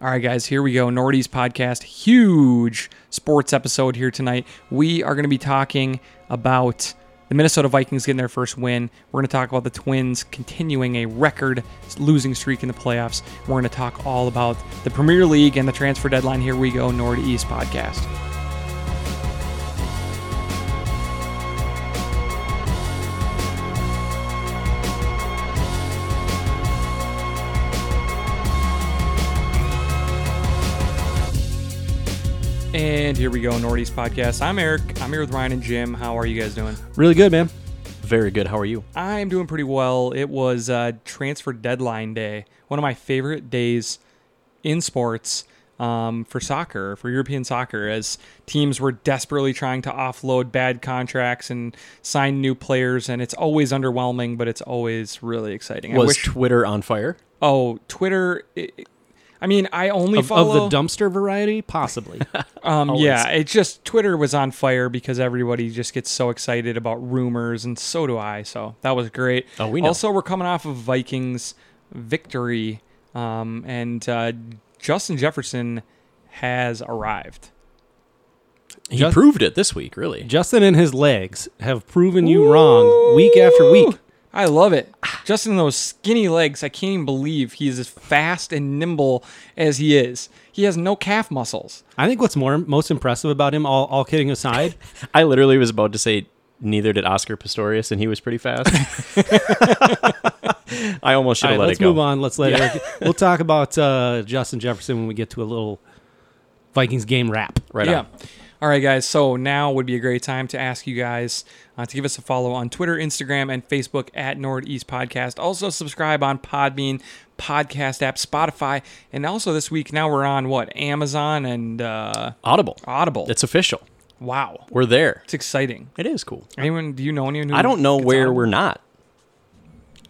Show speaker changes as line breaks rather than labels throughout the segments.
All right, guys, here we go. Nordy's podcast, huge sports episode here tonight. We are going to be talking about the Minnesota Vikings getting their first win. We're going to talk about the Twins continuing a record losing streak in the playoffs. We're going to talk all about the Premier League and the transfer deadline. Here we go, Northeast podcast. And here we go, Northeast podcast. I'm Eric. I'm here with Ryan and Jim. How are you guys doing?
Really good, man. Very good. How are you?
I'm doing pretty well. It was uh, transfer deadline day, one of my favorite days in sports um, for soccer, for European soccer, as teams were desperately trying to offload bad contracts and sign new players. And it's always underwhelming, but it's always really exciting. I
Was
wish.
Twitter on fire?
oh, Twitter. It, it- I mean, I only
of,
follow
of the dumpster variety, possibly.
Um,
Always.
yeah, it just Twitter was on fire because everybody just gets so excited about rumors, and so do I. So that was great.
Oh, we know.
Also, we're coming off of Vikings victory, um, and uh, Justin Jefferson has arrived.
He
Just-
proved it this week, really.
Justin and his legs have proven you wrong week after week.
Woo! I love it. Justin, those skinny legs, I can't even believe he is as fast and nimble as he is. He has no calf muscles.
I think what's more most impressive about him, all, all kidding aside,
I literally was about to say neither did Oscar Pistorius, and he was pretty fast. I almost should
all
have
right,
let
let's
it go.
move on. Let's let Eric. We'll talk about uh, Justin Jefferson when we get to a little Vikings game wrap.
Right
yeah.
on.
All right, guys. So now would be a great time to ask you guys uh, to give us a follow on Twitter, Instagram, and Facebook at Northeast Podcast. Also, subscribe on Podbean, podcast app, Spotify, and also this week now we're on what Amazon and uh,
Audible.
Audible.
It's official.
wow,
We're there.
it's exciting.
It is cool.
Anyone? Do you know anyone? Who
I don't know
gets
where
Audible?
we're not.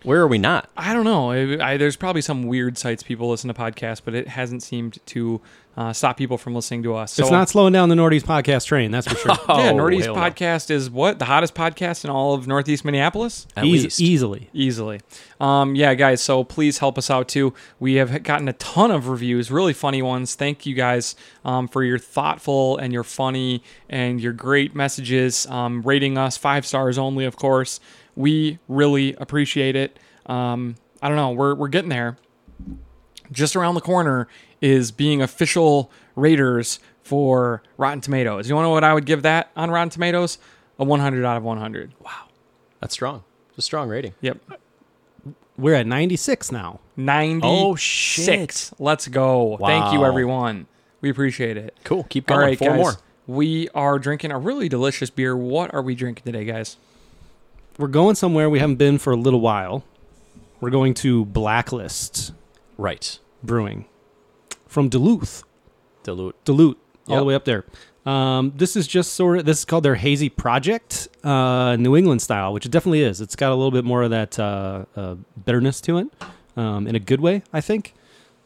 Where are we not?
I don't know. I, I, there's probably some weird sites people listen to podcasts, but it hasn't seemed to uh, stop people from listening to us. So
it's not slowing down the Nordy's podcast train, that's for sure.
yeah,
Oh,
Northeast
hell no.
Podcast is what? The hottest podcast in all of Northeast Minneapolis?
At
Eas-
least.
Easily.
Easily. Um, yeah, guys, so please help us out too. We have gotten a ton of reviews, really funny ones. Thank you guys um, for your thoughtful and your funny and your great messages, um, rating us five stars only, of course. We really appreciate it. Um, I don't know, we're, we're getting there just around the corner is being official raters for Rotten Tomatoes. You want to know what I would give that on Rotten Tomatoes? A 100 out of 100.
That's strong. It's a strong rating.
Yep.
We're at 96 now.
96.
Oh, shit.
Let's go. Thank you
Wow.
everyone. We appreciate it.
Cool. Keep going. Four
guys.
more.
We are drinking a really delicious beer. What are we drinking today, guys?
We're going somewhere we haven't been for a little while. We're going to Blacklist
Right.
Brewing from Duluth,
Dilute.
Dilute all
Yep.
the way up there. Um, this is just sort of this is called their hazy project, uh, New England style, which it definitely is. It's got a little bit more of that uh, uh, bitterness to it, um, in a good way, I think.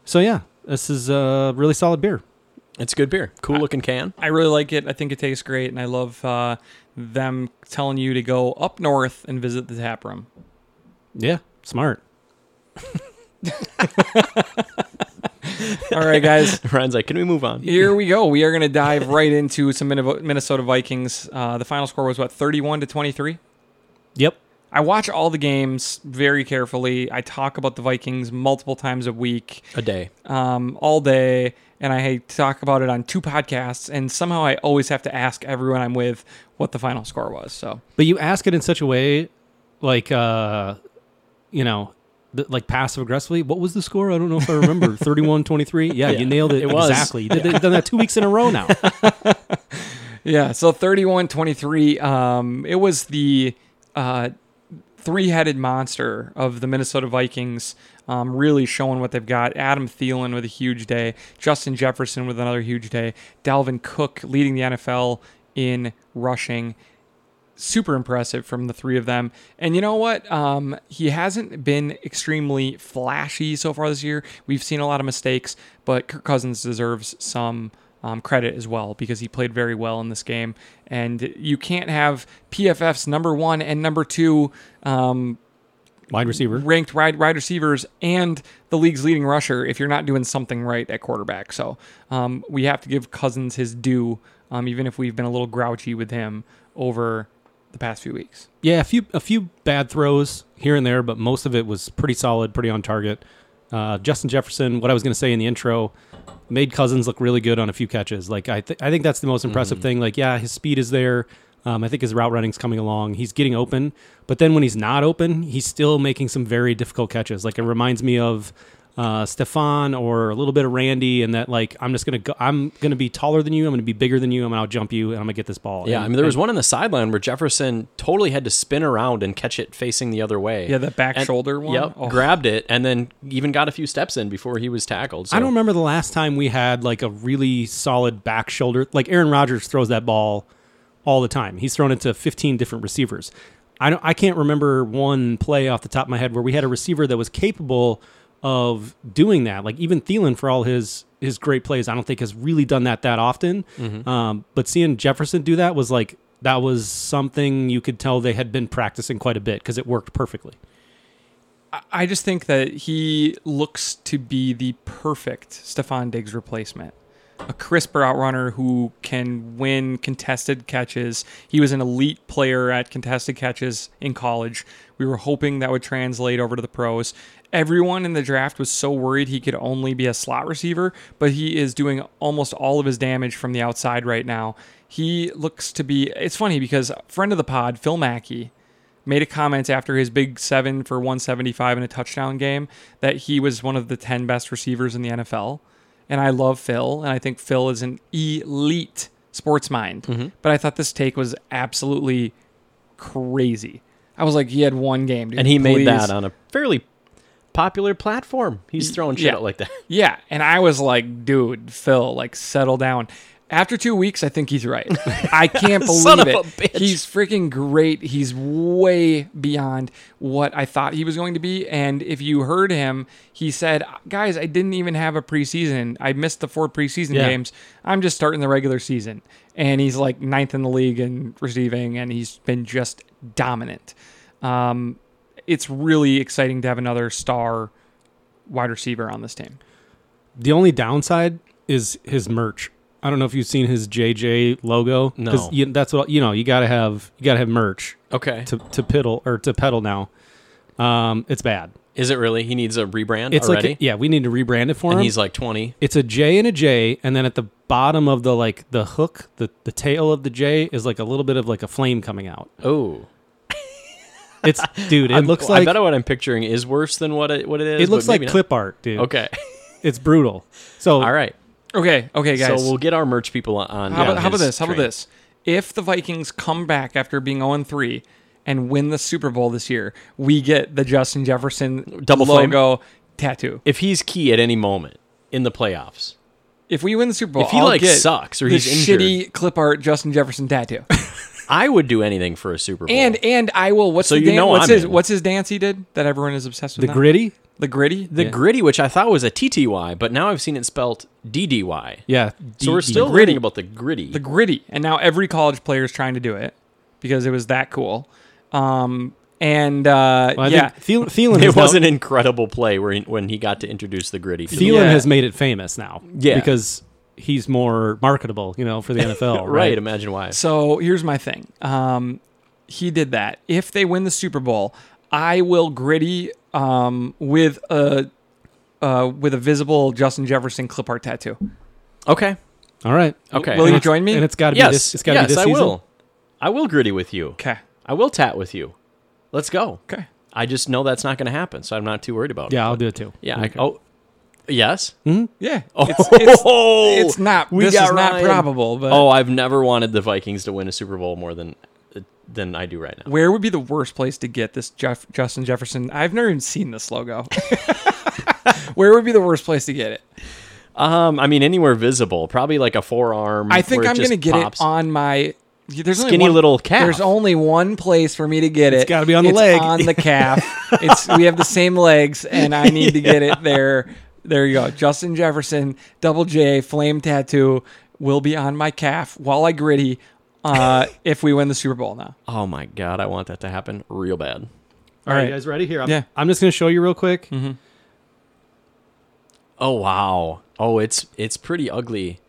So yeah, this is a really solid beer.
It's good beer.
Uh,
Cool looking can.
I really like it. I think it tastes great, and I love uh, them telling you to go up north and visit the tap room.
Yeah, smart.
All right, guys.
Ryan's like, can we move on?
Here we go. We are going to dive right into some Minnevo- Minnesota Vikings. Uh, the final score was what, 31 to 23?
Yep.
I watch all the games very carefully. I talk about the Vikings multiple times a week,
A day.
um, all day, and I talk about it on two podcasts. And somehow I always have to ask everyone I'm with what the final score was. So
But you ask it in such a way, like uh, you know. th- Like passive aggressively, what was the score? I don't know if I remember. 31 23. Yeah, you nailed it.
It was.
Exactly. You did- They've done that two weeks in a row now.
Yeah, so 31 23. Um, it was the uh, three headed monster of the Minnesota Vikings, um, really showing what they've got. Adam Thielen with a huge day, Justin Jefferson with another huge day, Dalvin Cook leading the NFL in rushing. Super impressive from the three of them. And you know what? Um, he hasn't been extremely flashy so far this year. We've seen a lot of mistakes, but Kirk Cousins deserves some um, credit as well because he played very well in this game. And you can't have PFF's number one and number two um,
Wide receiver.
ranked wide wide receivers and the league's leading rusher if you're not doing something right at quarterback. So um, we have to give Cousins his due, um, even if we've been a little grouchy with him over the past few weeks.
Yeah, a few a few bad throws here and there, but most of it was pretty solid, pretty on target. Uh, Justin Jefferson, what I was going to say in the intro, made Cousins look really good on a few catches. Like I, th- I think that's the most
Mm-hmm.
impressive thing. Like yeah, his speed is there. Um, I think his route running's coming along. He's getting open, but then when he's not open, he's still making some very difficult catches. Like it reminds me of uh, Stefan or a little bit of Randy, and that like I'm just gonna go. I'm gonna be taller than you. I'm gonna be bigger than you. I'm gonna jump you, and I'm gonna get this ball.
Yeah,
And-
I mean, there was one on the sideline where Jefferson totally had to spin around and catch it facing the other way.
Yeah, that back
And-
shoulder one.
Yep,
Oh.
grabbed it and then even got a few steps in before he was tackled. So.
I don't remember the last time we had like a really solid back shoulder. Like Aaron Rodgers throws that ball all the time. He's thrown it to 15 different receivers. I don't I can't remember one play off the top of my head where we had a receiver that was capable of doing that. Like even Thielen for all his his great plays, I don't think has really done that that often. Um, but seeing Jefferson do that was like that was something you could tell they had been practicing quite a bit because it worked perfectly.
I- I just think that he looks to be the perfect Stefan Diggs replacement. A crisper outrunner who can win contested catches. He was an elite player at contested catches in college. We were hoping that would translate over to the pros. Everyone in the draft was so worried he could only be a slot receiver, but he is doing almost all of his damage from the outside right now. He looks to be. It's funny because friend of the pod, Phil Mackey, made a comment after his big seven for 175 and a touchdown game that he was one of the 10 best receivers in the NFL. And I love Phil, and I think Phil is an elite sports mind.
Mm-hmm.
But I thought this take was absolutely crazy. I was like, he had one game, dude.
and he made
please.
that on a fairly popular platform. He's throwing shit
yeah.
out like that.
Yeah, and I was like, dude, Phil, like settle down. After two weeks, I think he's right. I can't believe
Son of
it.
a bitch.
He's freaking great. He's way beyond what I thought he was going to be. And if you heard him, he said, "Guys, I didn't even have a preseason. I missed the four preseason
Yeah.
games. I'm just starting the regular season." And he's like ninth in the league in receiving, and he's been just dominant. Um, it's really exciting to have another star wide receiver on this team.
The only downside is his merch. I don't know if you've seen his JJ logo. 'cause
No.
you, that's what you know. You gotta have you gotta have merch
Okay.
to to piddle or to pedal now. Um, it's bad.
Is it really? He needs a rebrand
It's
already?
like yeah, we need to rebrand it for
and
him.
he's like 20.
it's a J and a J, and then at the bottom of the like the hook, the the tail of the J is like a little bit of like a flame coming out.
Oh.
It's dude, it
I'm-
looks
I
like
bet what I'm picturing is worse than what it, what it is.
it looks
but
like
maybe not.
clip art, dude.
Okay.
it's brutal. So
All right.
Okay, okay, guys.
So we'll get our merch people on.
how,
on
about, how about
his
this? How about
train.
this? If the Vikings come back after being 0 3 and win the Super Bowl this year, we get the Justin Jefferson
Double flame?
logo tattoo.
If he's key at any moment in the playoffs,
If we win the Super Bowl,
If he,
I'll
like,
get
sucks or
the
he's injured.
shitty clip art Justin Jefferson tattoo.
I would do anything for a Super Bowl.
and and I will. What's
So
the
you
dan-
know
what's
I'm
his
in.
what's his dance he did that everyone is obsessed with?
the
now?
gritty,
the gritty,
the gritty, which I thought was a TTY, but now I've seen it spelt DDY.
yeah.
So we're
DE.
still reading about the gritty.
the gritty and now every college player is trying to do it because it was that cool um and uh
Well, I
yeah
think Thielen, Thielen
it
is now-
was an incredible play where he, when he got to introduce the gritty. to the
Thielen
world.
Yeah.
has made it famous now.
Yeah.
Because he's more marketable, you know, for the NFL.
right.
right.
Imagine why.
So here's my thing. Um, he did that. If they win the Super Bowl, I will gritty um, with a uh, with a visible Justin Jefferson clip art tattoo.
Okay.
All right.
Okay.
Will
And
you
it's-
join me?
And it's got to
yes.
be this. It's got to
yes,
be this
I
season.
will. I will gritty with you.
okay.
I will tat with you. Let's go.
Okay.
I just know that's not going to happen, so I'm not too worried about it.
Yeah, Hmm? I'll do it too.
Yeah. I, oh, yes. Oh,
Yeah. It's, it's, it's not.
We
this
got
is not
Ryan.
probable. But
Oh, I've never wanted the Vikings to win a Super Bowl more than than I do right now.
where would be the worst place to get this Jeff, Justin Jefferson? I've never even seen this logo. where would be the worst place to get it?
Um, I mean, anywhere visible, probably like a forearm.
I think
where
I'm
just
gonna get
pops.
it on my. There's only
Skinny
one-
little calf.
There's only one place for me to get it. It's
gotta be on the leg.
On the calf. it's we have the same legs, and I need to get it there. There you go. Justin Jefferson, double J, flame tattoo will be on my calf while I gritty. Uh, if we win the Super Bowl now,
Oh my god, I want that to happen real bad.
All
All right,
right.
you guys ready? Here, I'm,
Yeah.
I'm just going to show you real quick.
Mm-hmm.
Oh wow. Oh, it's it's pretty ugly.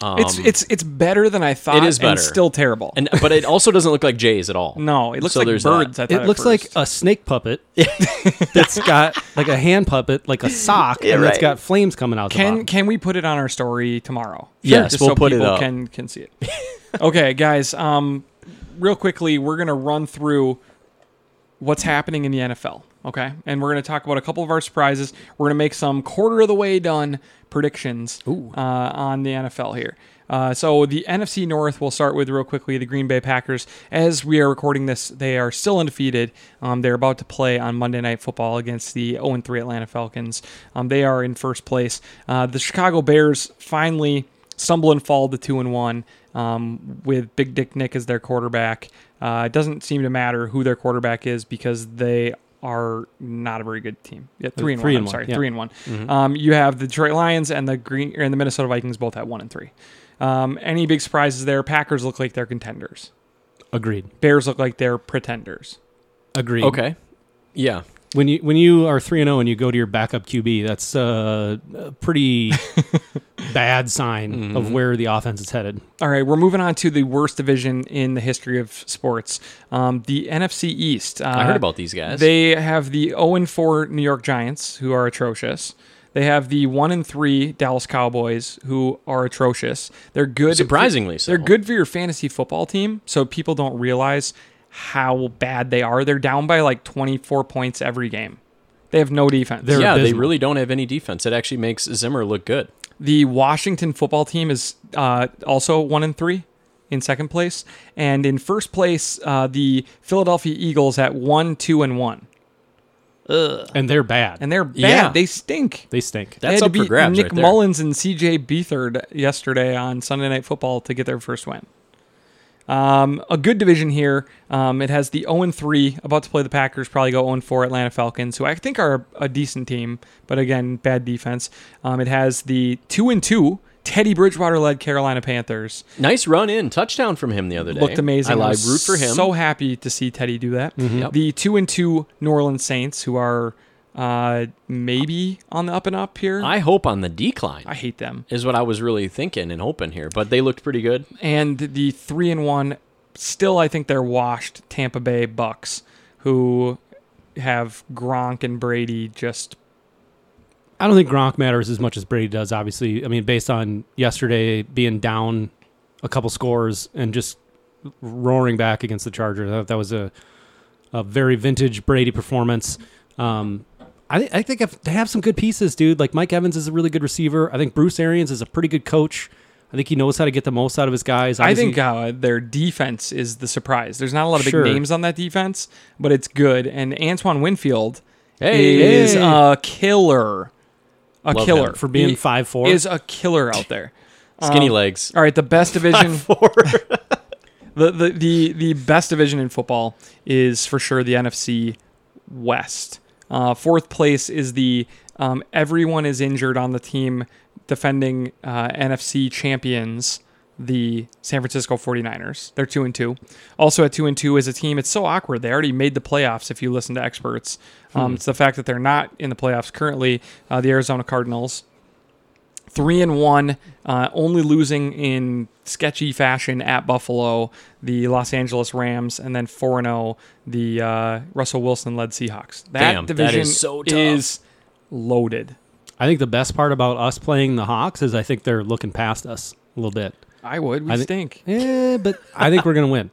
Um,
it's it's it's better than I thought.
it is
And
better.
still terrible.
and but it also doesn't look like jays at all.
no, it looks
So
like
there's
birds.
that.
I thought
It
at
looks like
first.
a snake puppet that's got like a hand puppet, like a sock, and it's
right.
got flames coming out. the
Can
bottom.
can we put it on our story tomorrow?
Yes,
Just
we'll
so
put it
people
up.
Can can see it. okay, guys. Um, real quickly, we're gonna run through what's happening in the NFL. Okay, and we're gonna talk about a couple of our surprises. We're gonna make some quarter of the way done predictions uh, on the NFL here. Uh, so the NFC North, we'll start with real quickly the Green Bay Packers. As we are recording this, they are still undefeated. Um, they're about to play on Monday Night Football against the 0-3 Atlanta Falcons. Um, they are in first place. Uh, the Chicago Bears finally stumble and fall to two and one um, with Big Dick Nick as their quarterback. Uh, it doesn't seem to matter who their quarterback is because they are not a very good team. Yeah, three and
Three
one.
and
I'm
one,
sorry,
yeah.
three and one. Um, you have the Detroit Lions and the Green and the Minnesota Vikings both at one and three. Um, any big surprises there? Packers look like they're contenders.
Agreed.
Bears look like they're pretenders.
Agreed.
Okay. Yeah.
When you when you are three and zero and you go to your backup QB, that's uh, a pretty bad sign of
Mm-hmm.
where the offense is headed.
All right, we're moving on to the worst division in the history of sports, um, the NFC East. Uh,
I heard about these guys.
They have the 0 and 4 New York Giants, who are atrocious. They have the 1 and 3 Dallas Cowboys, who are atrocious. They're good.
Surprisingly so.
They're good for your fantasy football team, so people don't realize how bad they are. They're down by like 24 points every game. They have no defense.
They're
yeah, they
abysmal.
really don't have any defense. It actually makes Zimmer look good.
The Washington football team is uh, also one and three in second place, and in first place, uh, the Philadelphia Eagles at one, two, and one,
and they're bad.
and they're bad.
Yeah.
They stink.
they stink.
They
That's
had
up
to
for
beat
grabs
Nick
right there.
Mullins and CJ Beathard yesterday on Sunday Night Football to get their first win. Um, a good division here. Um, it has the 0 3 about to play the Packers, probably go 0 4 Atlanta Falcons, who I think are a decent team, but again, bad defense. Um, it has the 2 2 Teddy Bridgewater led Carolina Panthers.
Nice run in touchdown from him the other day.
Looked amazing.
I, I
was
root for him. Mm-hmm.
So happy to see Teddy do that.
Yep.
The 2 2 New Orleans Saints, who are uh, maybe on the up and up here.
I hope on the decline
I hate them.
is what I was really thinking and hoping here, but they looked pretty good.
and the three and one still I think they're washed Tampa Bay Bucks who have Gronk and Brady just
I don't think Gronk matters as much as Brady does. Obviously, I mean, based on yesterday being down a couple scores and just roaring back against the Chargers, that, that was a a very vintage Brady performance. Um, I, thi- I think if they have some good pieces, dude. Like Mike Evans is a really good receiver. I think Bruce Arians is a pretty good coach. I think he knows how to get the most out of his guys.
I
Obviously-
think uh, their defense is the surprise. There's not a lot of big
Sure.
names on that defense, but it's good and Antoine Winfield
Hey. uh,
is a killer. A
Love
killer
him.
for being
uh, He
five four
is a killer out there.
Skinny legs.
All right, the best division
Four.
the, the the the best division in football is for sure the NFC West. Uh, fourth place is the um, everyone is injured on the team defending uh, NFC champions, the San Francisco 49ers. They're two and two. Also at two and two is a team. It's so awkward. They already made the playoffs. If you listen to experts, um, it's the fact that they're not in the playoffs currently. Uh, the Arizona Cardinals three and one, uh, only losing in sketchy fashion at Buffalo, the Los Angeles Rams, and then four and zero, the uh, Russell Wilson led Seahawks. That
Damn, that
division
is so tough.
is loaded.
I think the best part about us playing the Hawks is I think they're looking past us a little bit.
I would. We
I thi-
stink
Yeah, but I think we're gonna win.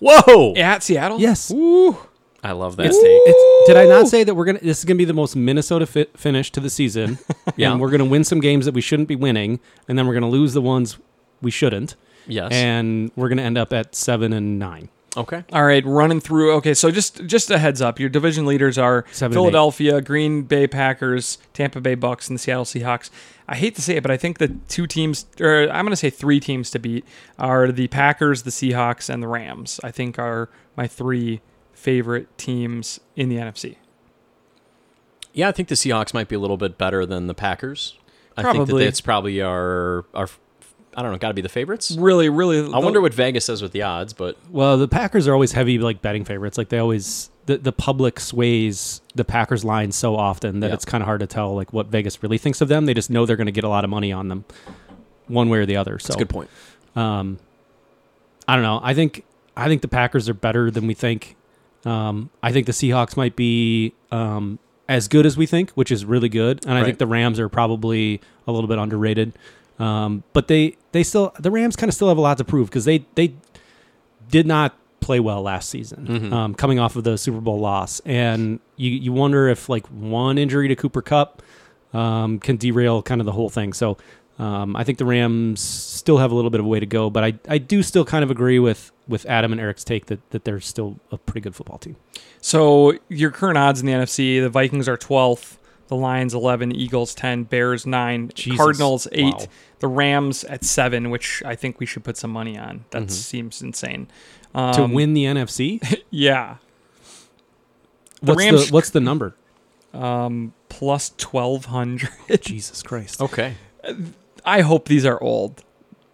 Whoa.
at Seattle.
Yes.
Woo.
I love that take.
It's, did I not say that we're gonna? This is gonna be the most Minnesota fi- finish to the season.
Yeah.
and we're gonna win some games that we shouldn't be winning, and then we're gonna lose the ones we shouldn't,
Yes.
and we're gonna end up at seven and nine.
okay.
All right, running through. Okay, so just just a heads up. Your division leaders are
Seven and eight.
Philadelphia, Green Bay Packers, Tampa Bay Bucks, and the Seattle Seahawks. I hate to say it, but I think the two teams, or I'm going to say three teams to beat, are the Packers, the Seahawks, and the Rams. I think are my three favorite teams in the NFC.
Yeah, I think the Seahawks might be a little bit better than the Packers. I think
Probably.
that that's probably our our I don't know, got to be the favorites.
Really, really.
I wonder what Vegas says with the odds, but
Well, the Packers are always heavy like betting favorites. Like they always the, the public sways the Packers line so often that
Yeah.
it's kind of hard to tell like what Vegas really thinks of them. They just know they're going to get a lot of money on them, one way or the other. So
it's a good point.
Um, I don't know. I think I think the Packers are better than we think. Um, I think the Seahawks might be um, as good as we think, which is really good. And I
Right.
think the Rams are probably a little bit underrated. Um, but they they still the Rams kind of still have a lot to prove because they they did not play well last season, um, coming off of the Super Bowl loss. And you you wonder if like one injury to Cooper Cup um, can derail kind of the whole thing. So um, I think the Rams still have a little bit of a way to go, but I, I do still kind of agree with, with Adam and Eric's take that, that they're still a pretty good football team.
So your current odds in the NFC: the Vikings are twelfth, the Lions eleven, Eagles ten, Bears nine,
Jesus.
Cardinals eight,
Wow.
the Rams at seven, which I think we should put some money on. That seems insane. Um,
Mm-hmm. to win the NFC,
yeah, The
what's,
Rams-
the, what's the number?
um, plus twelve hundred.
Jesus Christ.
Okay.
I hope these are old,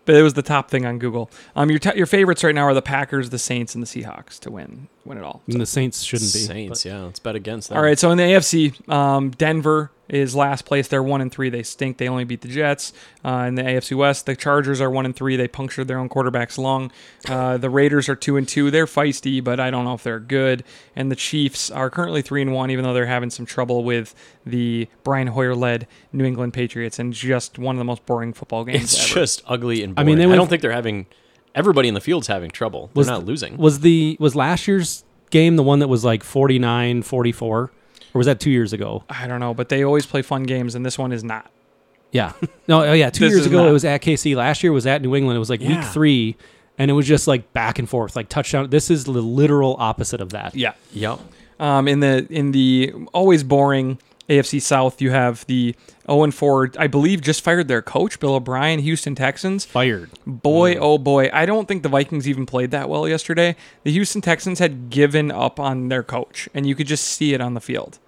but it was the top thing on Google. Um, your t- your favorites right now are the Packers, the Saints, and the Seahawks to win win it all.
And the Saints shouldn't be.
Saints, yeah. Let's bet against them.
All right, so in the AFC, um, Denver is last place. They're one and three. They stink. They only beat the Jets. Uh, in the AFC West, the Chargers are one and three. They punctured their own quarterback's lung. Uh, the Raiders are two and two. They're feisty, but I don't know if they're good. And the Chiefs are currently three and one, even though they're having some trouble with the Brian Hoyer-led New England Patriots and just one of the most boring football games.
It's
ever.
just ugly and
I
boring. I
mean,
mean,
they
I
went
don't
f-
think they're having everybody in the field's having trouble. They're
Was
not
the-
losing.
Was the was last year's game the one that was like 49 44 or was that 2 years ago?
I don't know, but they always play fun games, and this one is not.
Yeah. No, oh yeah, 2
This
years
is
ago
not-
it was at KC. Last year it was at New England. It was like week
Yeah.
3 and it was just like back and forth, like touchdown. This is the literal opposite of that.
Yeah.
yep.
Um, in the in the always boring AFC South, you have the 0 and 4. I believe just fired their coach, Bill O'Brien, Houston Texans.
Fired.
Boy, oh boy, I don't think the Vikings even played that well yesterday. The Houston Texans had given up on their coach, and you could just see it on the field.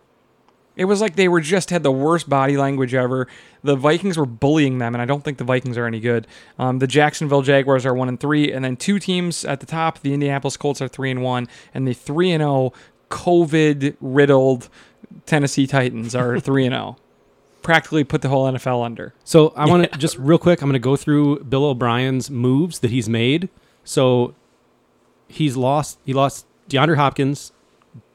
It was like they were just had the worst body language ever. The Vikings were bullying them, and I don't think the Vikings are any good. Um, the Jacksonville Jaguars are one and three, and then two teams at the top. The Indianapolis Colts are three and one, and the three and zero COVID riddled Tennessee Titans are three and zero. Practically put the whole NFL under.
So I want to just real quick. I'm going to go through Bill O'Brien's moves that he's made. So he's lost. He lost DeAndre Hopkins,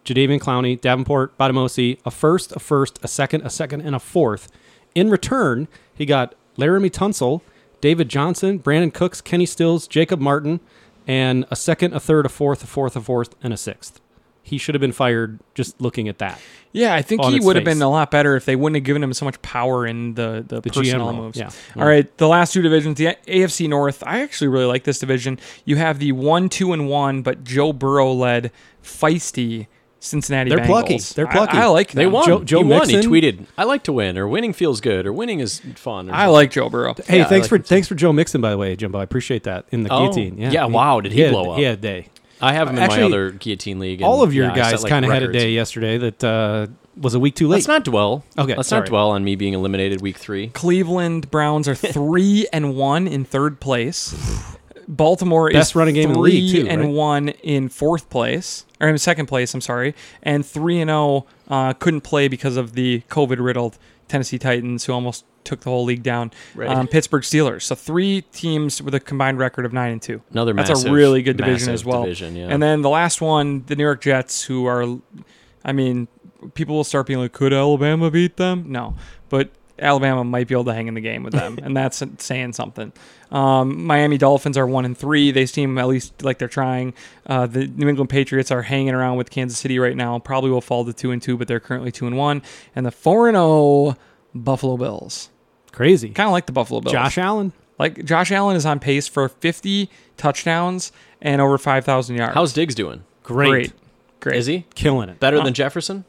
Jadavian Clowney, Davenport, Badamosi, a first, a first, a second, a second, and a fourth. In return, he got Laramie Tunsil, David Johnson, Brandon Cooks, Kenny Stills, Jacob Martin, and a second, a third, a fourth, a fourth, a fourth, and a sixth. He should have been fired just looking at that.
Yeah, I think
on
he
its
would have
face.
been a lot better if they wouldn't have given him so much power in the the,
The GM
personnel
role,
moves.
yeah.
All right, the last two divisions, the AFC North. I actually really like this division. You have the one, two, and one, but Joe Burrow led feisty Cincinnati.
They're
Bengals.
plucky. They're
I-
plucky.
I, like
They
them.
won.
Joe- Joe
he won. He
Mixon-
tweeted, "I like to win," or "Winning feels good," or "Winning is fun." Or
I like Joe Burrow.
Hey,
Yeah, I
thanks
like
for
him too.
thanks for Joe Mixon, by the way, Jimbo. I appreciate that in the
Oh,
guillotine. Yeah,
yeah, wow, did he
had-
blow up.
He had a day.
I have him in
Actually,
my other guillotine league. and,
All of your
yeah, I set,
guys
like,
kind of had a
records.
day yesterday that uh, was a week too late.
Let's not dwell.
Okay,
Let's
sorry.
not dwell on me being eliminated week three.
Cleveland Browns are three and one in third place. Baltimore
Best
is
running game in the
three
league, too,
and
right?
one in fourth place or in second place. I'm sorry, and three and zero uh, couldn't play because of the COVID riddled Tennessee Titans, who almost took the whole league down.
Right.
Um, Pittsburgh Steelers. So three teams with a combined record of nine and two.
Another
that's a
massive-
really good division
massive
as well.
division, yeah.
And then the last one, the New York Jets, who are, I mean, people will start being like, could Alabama beat them? No, but Alabama might be able to hang in the game with them, and that's saying something. Um, Miami Dolphins are one and three. They seem at least like they're trying. Uh, the New England Patriots are hanging around with Kansas City right now. Probably will fall to two and two, but they're currently two and one. And the four and zero Buffalo Bills.
Crazy.
Kind of like the Buffalo Bills.
Josh Allen.
Like Josh Allen is on pace for 50 touchdowns and over 5,000 yards.
How's Diggs doing?
Great.
great? Great.
Is he
Killing it.
better than Jefferson?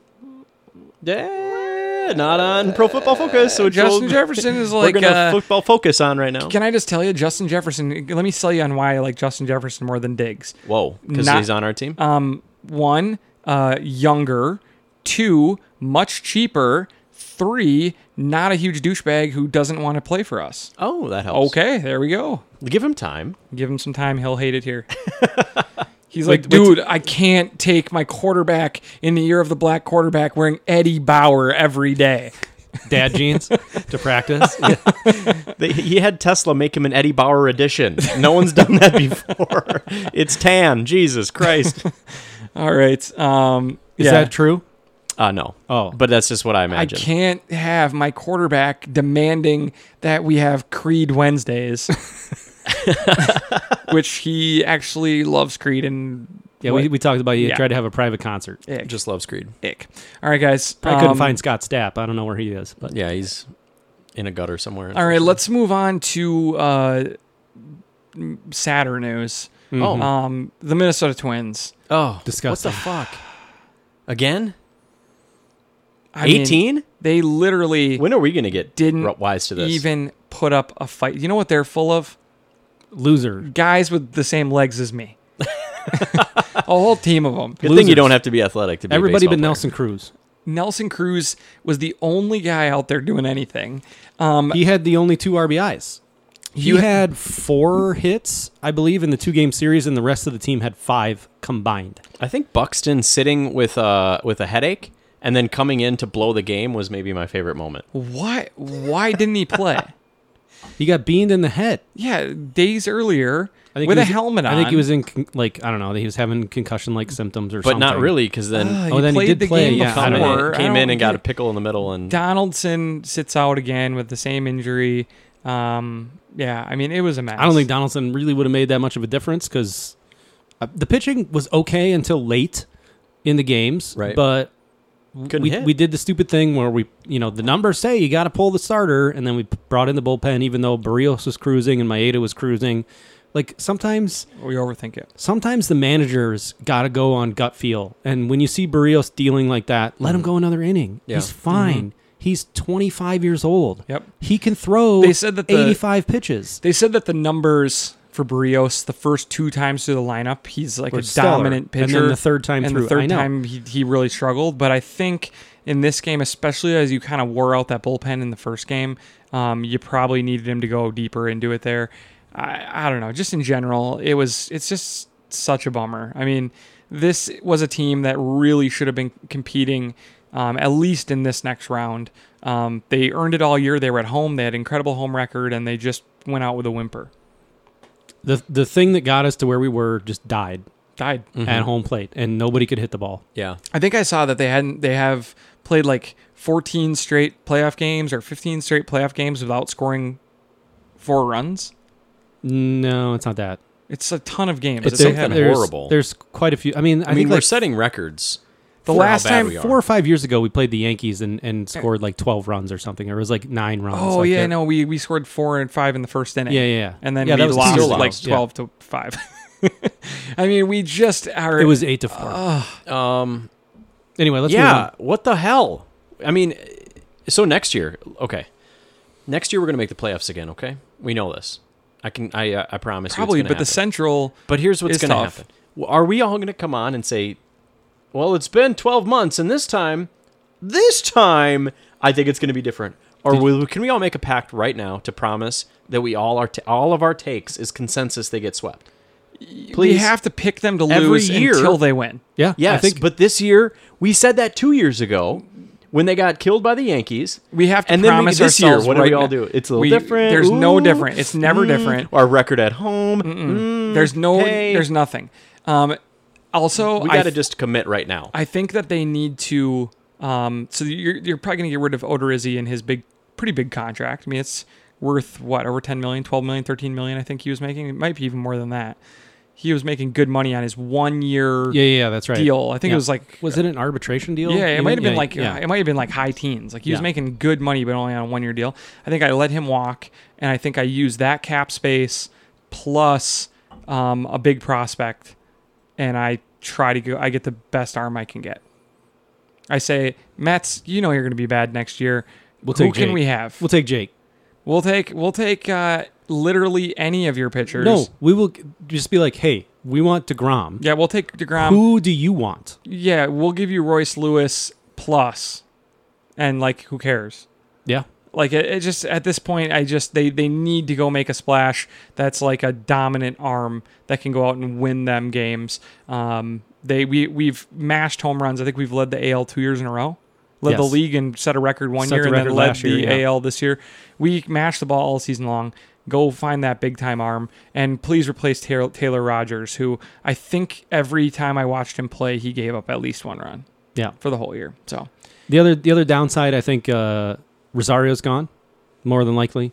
Yeah, not on Pro Football Focus. So
Justin
Joel-
Jefferson is like.
we're gonna
uh,
football focus on right now.
can I just tell you, Justin Jefferson? Let me sell you on why I like Justin Jefferson more than Diggs.
Whoa, because
Not-
he's on our team.
Um, one, uh, younger. Two, much cheaper. three, not a huge douchebag who doesn't want to play for us.
Oh, that helps.
Okay, there we go.
Give him time.
Give him some time. He'll hate it here. He's
Wait,
like,
wait.
dude, I can't take my quarterback in the year of the black quarterback wearing Eddie Bauer every day.
Dad jeans to practice.
They, he had Tesla make him an Eddie Bauer edition. No one's done that before. it's tan. Jesus Christ.
All right. Um,
Is
yeah.
that true?
Uh, no.
Oh.
But that's just what I
I
imagine.
can't have my quarterback demanding that we have Creed Wednesdays, which he actually loves Creed and
Yeah, we, we talked about you
Yeah.
tried to have a private concert.
ick,
Just loves Creed.
ick. All right, guys.
I couldn't
um,
find Scott Stapp. I don't know where he is, but
Yeah, he's in a gutter somewhere.
All right, let's move on to uh, m- sadder news.
Oh.
Um, the Minnesota Twins.
Oh,
mm-hmm. Disgusting.
What the fuck? Again?
I mean,
18?
They literally
When are we going to get
Didn't
ru- wise to this?
even put up a fight. You know what they're full of?
loser.
Guys with the same legs as me. a whole team of them.
Good thing you
losers.
don't have to be athletic to be a
Everybody
baseball
but
player.
Nelson Cruz.
Nelson Cruz was the only guy out there doing anything. Um,
He had the only two RBIs. He
You-
had four hits, I believe, in the two game series, and the rest of the team had five combined.
I think Buxton sitting with uh with a headache and then coming in to blow the game was maybe my favorite moment.
why? Why didn't he play?
He got beamed in the head.
yeah, days earlier
I think
with
he
a
was-
helmet on.
I think he was in con- like I don't know. He was having concussion like symptoms or
But
something.
not really cuz then
Ugh,
Oh,
Ah, he
then he
played
did
the
play,
game
yeah, I
Connor
don't
before.
came
Uh, I
in and
don't
got a
get-
pickle in the middle and
Donaldson sits out again with the same injury. Um, yeah, I mean it was a mess.
I don't think Donaldson really would have made that much of a difference because the pitching was okay until late in the games.
Right.
But
couldn't
we,
hit.
we did the stupid thing where we, you know, the numbers say you got to pull the starter, and then we p- brought in the bullpen, even though Barrios was cruising and Maeda was cruising. Like sometimes,
we overthink it.
sometimes the managers got to go on gut feel, and when you see Barrios dealing like that, let
Mm-hmm.
him go another inning.
Yeah.
He's fine. He's 25 years old.
Yep.
He can throw
They said that the-
85 pitches.
They said that the numbers for Barrios the first two times through the lineup, he's like
Were
a
stellar.
dominant pitcher.
And then the third time
and
through,
the third
I know.
time he, he really struggled. But I think in this game, especially as you kind of wore out that bullpen in the first game, um, you probably needed him to go deeper and do it there. I, I don't know. Just in general, it was it's just such a bummer. I mean, this was a team that really should have been competing. Um, at least in this next round, um, they earned it all year. They were at home. They had incredible home record, and they just went out with a whimper.
The the thing that got us to where we were just died
Died.
at home plate, and nobody could hit the ball.
yeah.
I think I saw that they hadn't they have played like 14 straight playoff games or 15 straight playoff games without scoring four runs.
No, it's not that.
It's a ton of games.
It's
that they
something
haven't-
horrible.
there's, There's quite a few. I mean, I,
I, mean,
think
we're
like
setting records.
The
for how
last
bad
time
we are.
four or five years ago, we played the Yankees and, and scored like 12 runs or something. Or it was like nine runs.
Oh
like
yeah,
that.
no, we we scored four and five in the first inning.
Yeah, yeah, yeah.
And then
Yeah,
we
that was
lost
two
years
like
ago.
Yeah.
12 to 5. I mean, we just are
It was eight to four.
Um
anyway, let's move
yeah,
on.
what the hell? I mean, so next year, okay. Next year we're going to make the playoffs again, okay? We know this. I can I uh, I promise
probably
you it's
but
gonna
the
happen.
central
But here's what's
is
going to
tough.
happen. W- Are we all going to come on and say, "Well, it's been 12 months and this time, this time I think it's going to be different." Or will, can we all make a pact right now to promise that we all are t- all of our takes is consensus they get swept?
we
Please.
have to pick them to
Every
lose
year-
until they win.
Yeah.
Yes,
I think
but this year we said that 2 years ago when they got killed by the Yankees.
We have to
and then we-
promise
this year
ourselves
what do we
right
all
now-
do? It's a little
We-
different.
There's no
Ooh,
different. It's never different.
Our record at home. Mm,
There's no,
Hey.
there's nothing. Um, also,
we
I,
got to
th-
just commit right now.
I think that they need to. Um, so you're, you're probably going to get rid of Odorizzi and his big, pretty big contract. I mean, it's worth what over 10 million, 12 million, 13 million. I think he was making. It might be even more than that. He was making good money on his one year
yeah, yeah, yeah, that's right.
deal. I think
Yeah.
it was like.
was it an arbitration deal?
yeah, it
You
might have
know?
been
Yeah,
like uh,
yeah.
it might have been like high teens. Like he was
Yeah.
making good money, but only on a one year deal. I think I let him walk, and I think I used that cap space plus um, a big prospect, and I try to go. I get the best arm I can get. I say, Mets, you know you're going to be bad next year.
We'll
Who
take
can
Jake.
we have?
We'll take Jake.
We'll take we'll take uh, literally any of your pitchers.
No, we will g- just be like, hey, we want Degrom.
Yeah, we'll take Degrom.
Who do you want?
Yeah, we'll give you Royce Lewis plus and like who cares?
Yeah.
Like it, it just at this point, I just they they need to go make a splash that's like a dominant arm that can go out and win them games. Um, they we we've mashed home runs. I think we've led the AL two years in a row. Led the
Yes.
league and set a record one
Set
year
the
and then
record
led
last year,
the
yeah.
AL this year. We mashed the ball all season long. Go find that big time arm and please replace Taylor, Taylor Rogers, who I think every time I watched him play, he gave up at least one run
Yeah.
for the whole year. So
The other the other downside, I think uh, Rosario's gone, more than likely.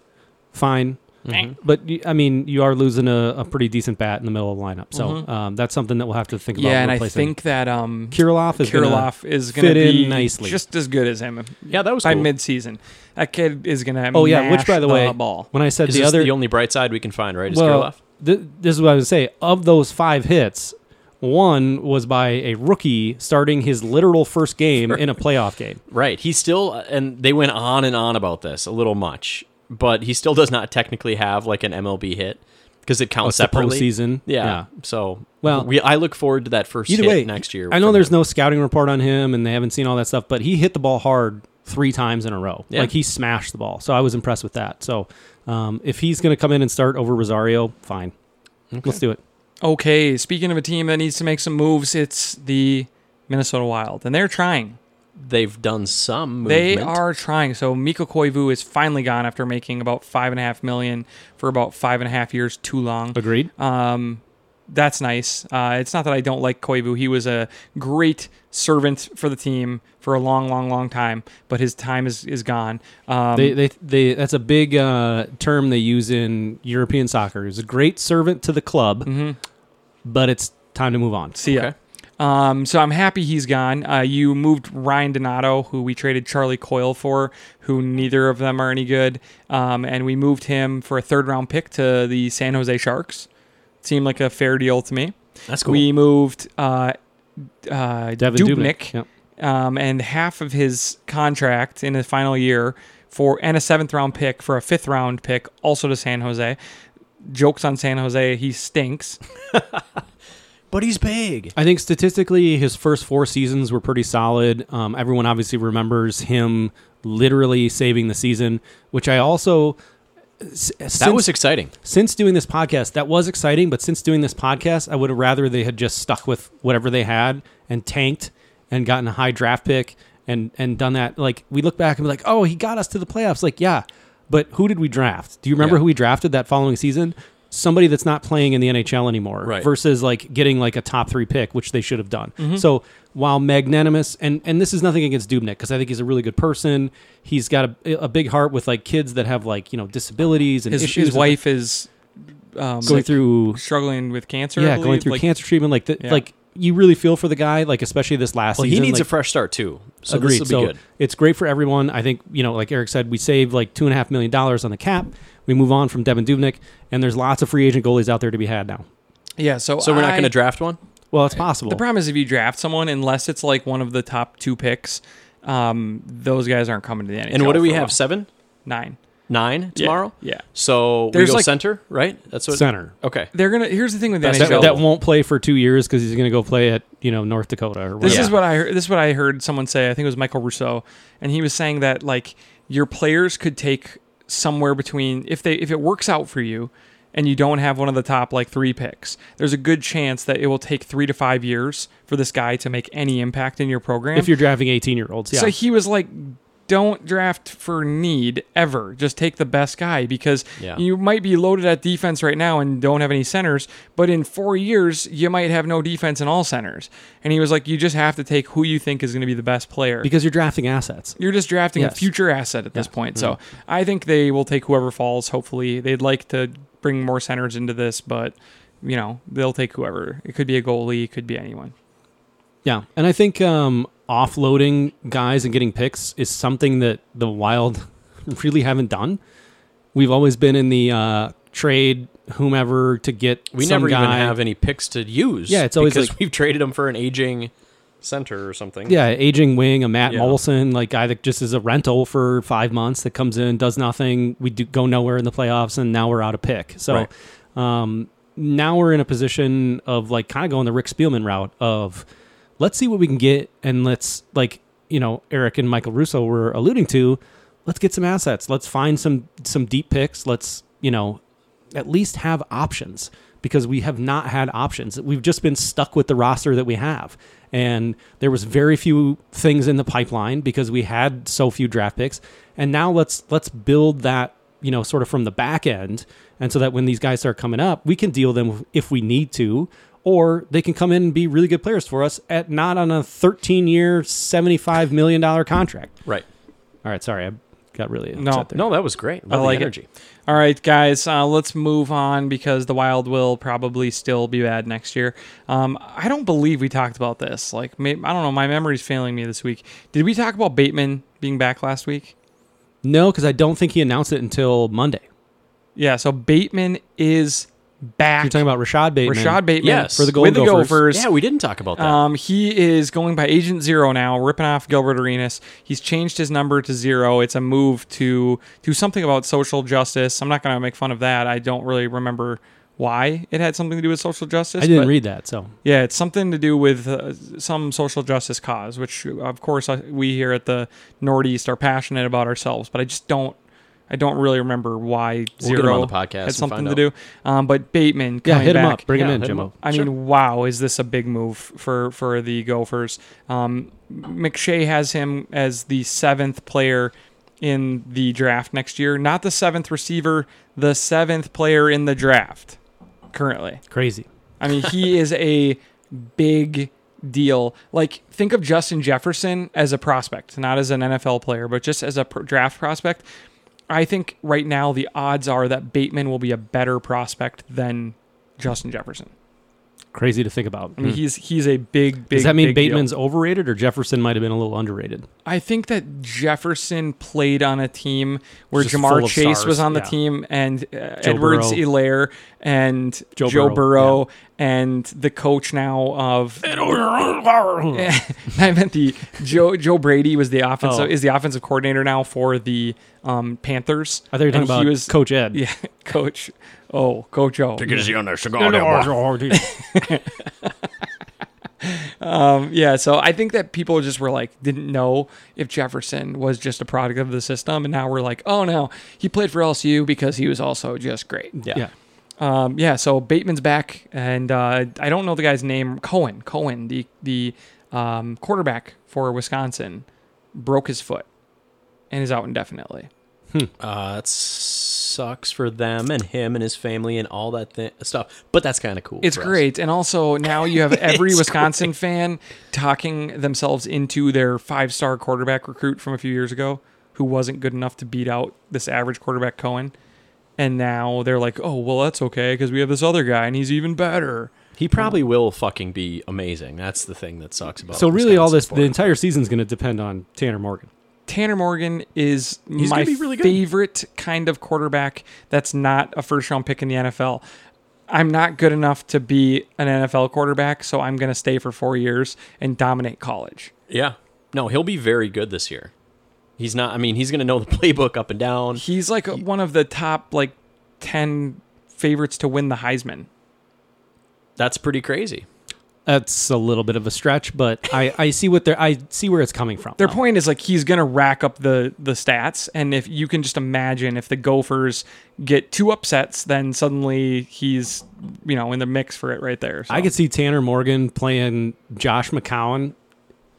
Fine,
Mhm.
but y- I mean, you are losing a, a pretty decent bat in the middle of the lineup, so
Mm-hmm.
Mhm.
um, that's something that we'll have to think about.
yeah, and I
replacing.
think that um
Kirilov is gonna-
Kirilov is going to
fit in
be
nicely.
just as good as him
Yeah, that was
by
cool.
midseason. That kid is going to
Oh, yeah, which, by the way,
ball.
when I said
Is
the
this
other
the only bright side we can find, right? Is
well,
Kirilov?
th- this is what I was gonna say. Of those five hits, one was by a rookie starting his literal first game in a playoff game.
Right. He still, and they went on and on about this a little much, but he still does not technically have like an MLB hit because it
It's
counts
Oh,
the
Oh, separately.
postseason.
Yeah. So,
Well-
we, I look forward to that first
Either
hit
way,
next year.
I know
from
there's
him.
no scouting report on him, and they haven't seen all that stuff, but he hit the ball hard three times in a row.
Yeah.
Like he smashed the ball, so I was impressed with that. So um, if he's going to come in and start over Rosario, fine, let's do it.
Okay, speaking of a team that needs to make some moves, it's the Minnesota Wild, and they're trying.
They've done some.
They
movement.
are trying. So Miko Koivu is finally gone after making about five and a half million for about five and a half years too long.
Agreed.
Um, that's nice. Uh, it's not that I don't like Koivu. He was a great servant for the team for a long, long, long time, but his time is, is gone. Um,
they, they, they, that's a big uh, term they use in European soccer. He's a great servant to the club,
Mm-hmm.
Mhm.
but it's time to move on.
see ya.
Okay.
Um, so I'm happy he's gone. Uh, you moved Ryan Donato, who we traded Charlie Coyle for, who neither of them are any good. Um, and we moved him for a third round pick to the San Jose Sharks. Seemed like a fair deal to me.
That's cool.
We moved uh, uh,
Devin
Dubnik,
Dubnik. Yep.
um, and half of his contract in his final year for and a seventh round pick for a fifth round pick, also to San Jose. Jokes on San Jose, he stinks.
but he's big.
I think statistically, his first four seasons were pretty solid. Um, everyone obviously remembers him literally saving the season, which I also s- since,
That was exciting.
since doing this podcast that was exciting. But since doing this podcast, I would have rather they had just stuck with whatever they had and tanked and gotten a high draft pick and and done that. Like we look back and be like, oh, he got us to the playoffs. Like yeah, but who did we draft? Do you remember
Yeah.
who we drafted that following season? Somebody that's not playing in the NHL anymore
Right.
versus like getting like a top three pick, which they should have done.
Mm-hmm.
So while magnanimous, and and this is nothing against Dubnik because I think he's a really good person. He's got a, a big heart with like kids that have like you know disabilities and
His,
issues
his
and-
wife is um,
going
like,
through
struggling with cancer. I
yeah
believe.
going through
Like,
cancer treatment like the,
Yeah.
like you really feel for the guy like especially this last
Well, he
season
needs
like,
a fresh start too. So
agreed
this will be
so
good.
it's great for everyone i think you know like eric said we saved like two and a half million dollars on the cap we move on from devin dubnik and there's lots of free agent goalies out there to be had now
Yeah, so
So we're not
I-
going to draft one.
well it's possible
The problem is if you draft someone, unless it's like one of the top two picks, um, those guys aren't coming to the NHL.
And what do we
for a
have?
while.
Seven,
Nine
nine
Yeah,
tomorrow.
Yeah,
So
There's
we go
like-
center, right? That's what.
center
Okay.
they're gonna. Here's the thing with the
That's-
NHL.
that, that won't play for two years because he's going to go play at you know north dakota or
This
whatever.
Yeah.
is what I heard, this is what I heard someone say. I think it was Michael Rousseau, and he was saying that like your players could take somewhere between if they if it works out for you and you don't have one of the top like three picks there's a good chance that it will take three to five years for this guy to make any impact in your program
if you're drafting 18 year olds yeah
so he was like don't draft for need ever just take the best guy because
Yeah.
you might be loaded at defense right now and don't have any centers but in four years you might have no defense in all centers and he was like you just have to take who you think is going to be the best player
because you're drafting assets
you're just drafting a
Yes. Mm-hmm.
future asset at this point so i think they will take whoever falls hopefully they'd like to bring more centers into this but you know they'll take whoever it could be a goalie it could be anyone
Yeah, and I think um, offloading guys and getting picks is something that the Wild really haven't done. We've always been in the uh, trade whomever to get
We
some
never
guy.
even have any picks to use.
Yeah, it's always
because
like-
we've traded them for an aging center or something.
yeah, aging wing, a Matt
Yeah.
Molson, like guy that just is a rental for five months that comes in, does nothing. We do go nowhere in the playoffs, and now we're out of pick. So
Right.
um, now we're in a position of like kind of going the Rick Spielman route of let's see what we can get, and let's like you you know Eric and Michael Russo were alluding to, let's get some assets. Let's find some some deep picks. Let's you know at least have options because we have not had options. We've just been stuck with the roster that we have. And there was very few things in the pipeline because we had so few draft picks. And now let's let's build that, you know, sort of from the back end and so that when these guys start coming up, we can deal them if we need to or they can come in and be really good players for us at not on a 13-year, 75 million dollar contract.
Right.
All right, sorry. I got really upset
No.
there.
No, that was great. Love
I
the
like it.
energy.
All right, guys, uh, let's move on because the Wild will probably still be bad next year. Um, I don't believe we talked about this. Like, may, I don't know, my memory's failing me this week. Did we talk about Bateman being back last week?
No, cuz I don't think he announced it until Monday.
Yeah, so Bateman is back.
You're talking about Rashad Bateman.
Rashad Bateman
Yes.
For the
with the
Golden Gophers.
Gophers.
Yeah, we didn't talk about that.
Um, he is going by Agent Zero now, ripping off Gilbert Arenas. He's changed his number to zero. It's a move to do something about social justice. I'm not going to make fun of that. I don't really remember why it had something to do with social justice.
I didn't
but-
read that, so
Yeah, it's something to do with uh, some social justice cause, which of course I, we here at the Northeast are passionate about ourselves. But I just don't. I don't really remember why
We'll get him
zero
on the podcast and
had something
find
to
out.
do. Um, but Bateman,
Yeah,
coming
hit him
back,
up. Bring
Yeah,
him in,
hit him
Jimbo.
up.
I
Sure.
mean, wow, is this a big move for for the Gophers? Um, McShay has him as the seventh player in the draft next year, not the seventh receiver, the seventh player in the draft currently.
Crazy.
I mean, he is a big deal. Like, think of Justin Jefferson as a prospect, not as an NFL player, but just as a pr- draft prospect. I think right now the odds are that Bateman will be a better prospect than Justin Jefferson.
Crazy to think about.
I mean, he's he's a big, Mm-hmm. big.
Hmm. Does that mean
big deal.
Bateman's overrated or Jefferson might have been a little underrated?
I think that Jefferson played on a team where
Just full
Jamar
of
Chase
stars,
was on the
yeah.
team, and uh, Edwards
Burrow.
Elaire, and Joe,
Joe
Burrow,
Burrow,
and the coach now of. I meant the Joe Joe Brady was the offensive
Oh.
is the offensive coordinator now for the um, Panthers.
I thought you were talking
And
about
he was
Coach Ed.
yeah, Coach. Oh, Coach O. Um, yeah, so I think that people just were like, didn't know if Jefferson was just a product of the system. And now we're like, oh no, he played for LSU because he was also just great.
yeah.
yeah.
Um, yeah, so Bateman's back. And uh, I don't know the guy's name. Cohen, Cohen, the, the um, quarterback for Wisconsin, broke his foot and is out indefinitely.
Uh, it sucks for them and him and his family and all that thi- stuff. But that's kind of cool.
It's
for us.
great. And also now you have every
It's
Wisconsin fan talking themselves into their five star quarterback recruit from a few years ago who wasn't good enough to beat out this average quarterback Cohen. And now they're like, oh, well, that's okay because we have this other guy and he's even better.
He probably will fucking be amazing. That's the thing that sucks about.
So really, all
Wisconsin
this the
sports.
entire season's going to depend on Tanner Morgan.
Tanner Morgan is my
gonna be really good.
favorite kind of quarterback that's not a first round pick in the NFL. I'm not good enough to be an NFL quarterback, so I'm going to stay for four years and dominate college.
yeah. No, he'll be very good this year. He's not. I mean, he's going to know the playbook up and down.
He's like one of the top like 10 favorites to win the Heisman.
That's pretty crazy.
That's a little bit of a stretch, but I, I see what they're I see where it's coming from.
Their
though.
point is like he's going to rack up the the stats and if you can just imagine if the Gophers get two upsets then suddenly he's you know in the mix for it right there. So.
I could see Tanner Morgan playing Josh McCown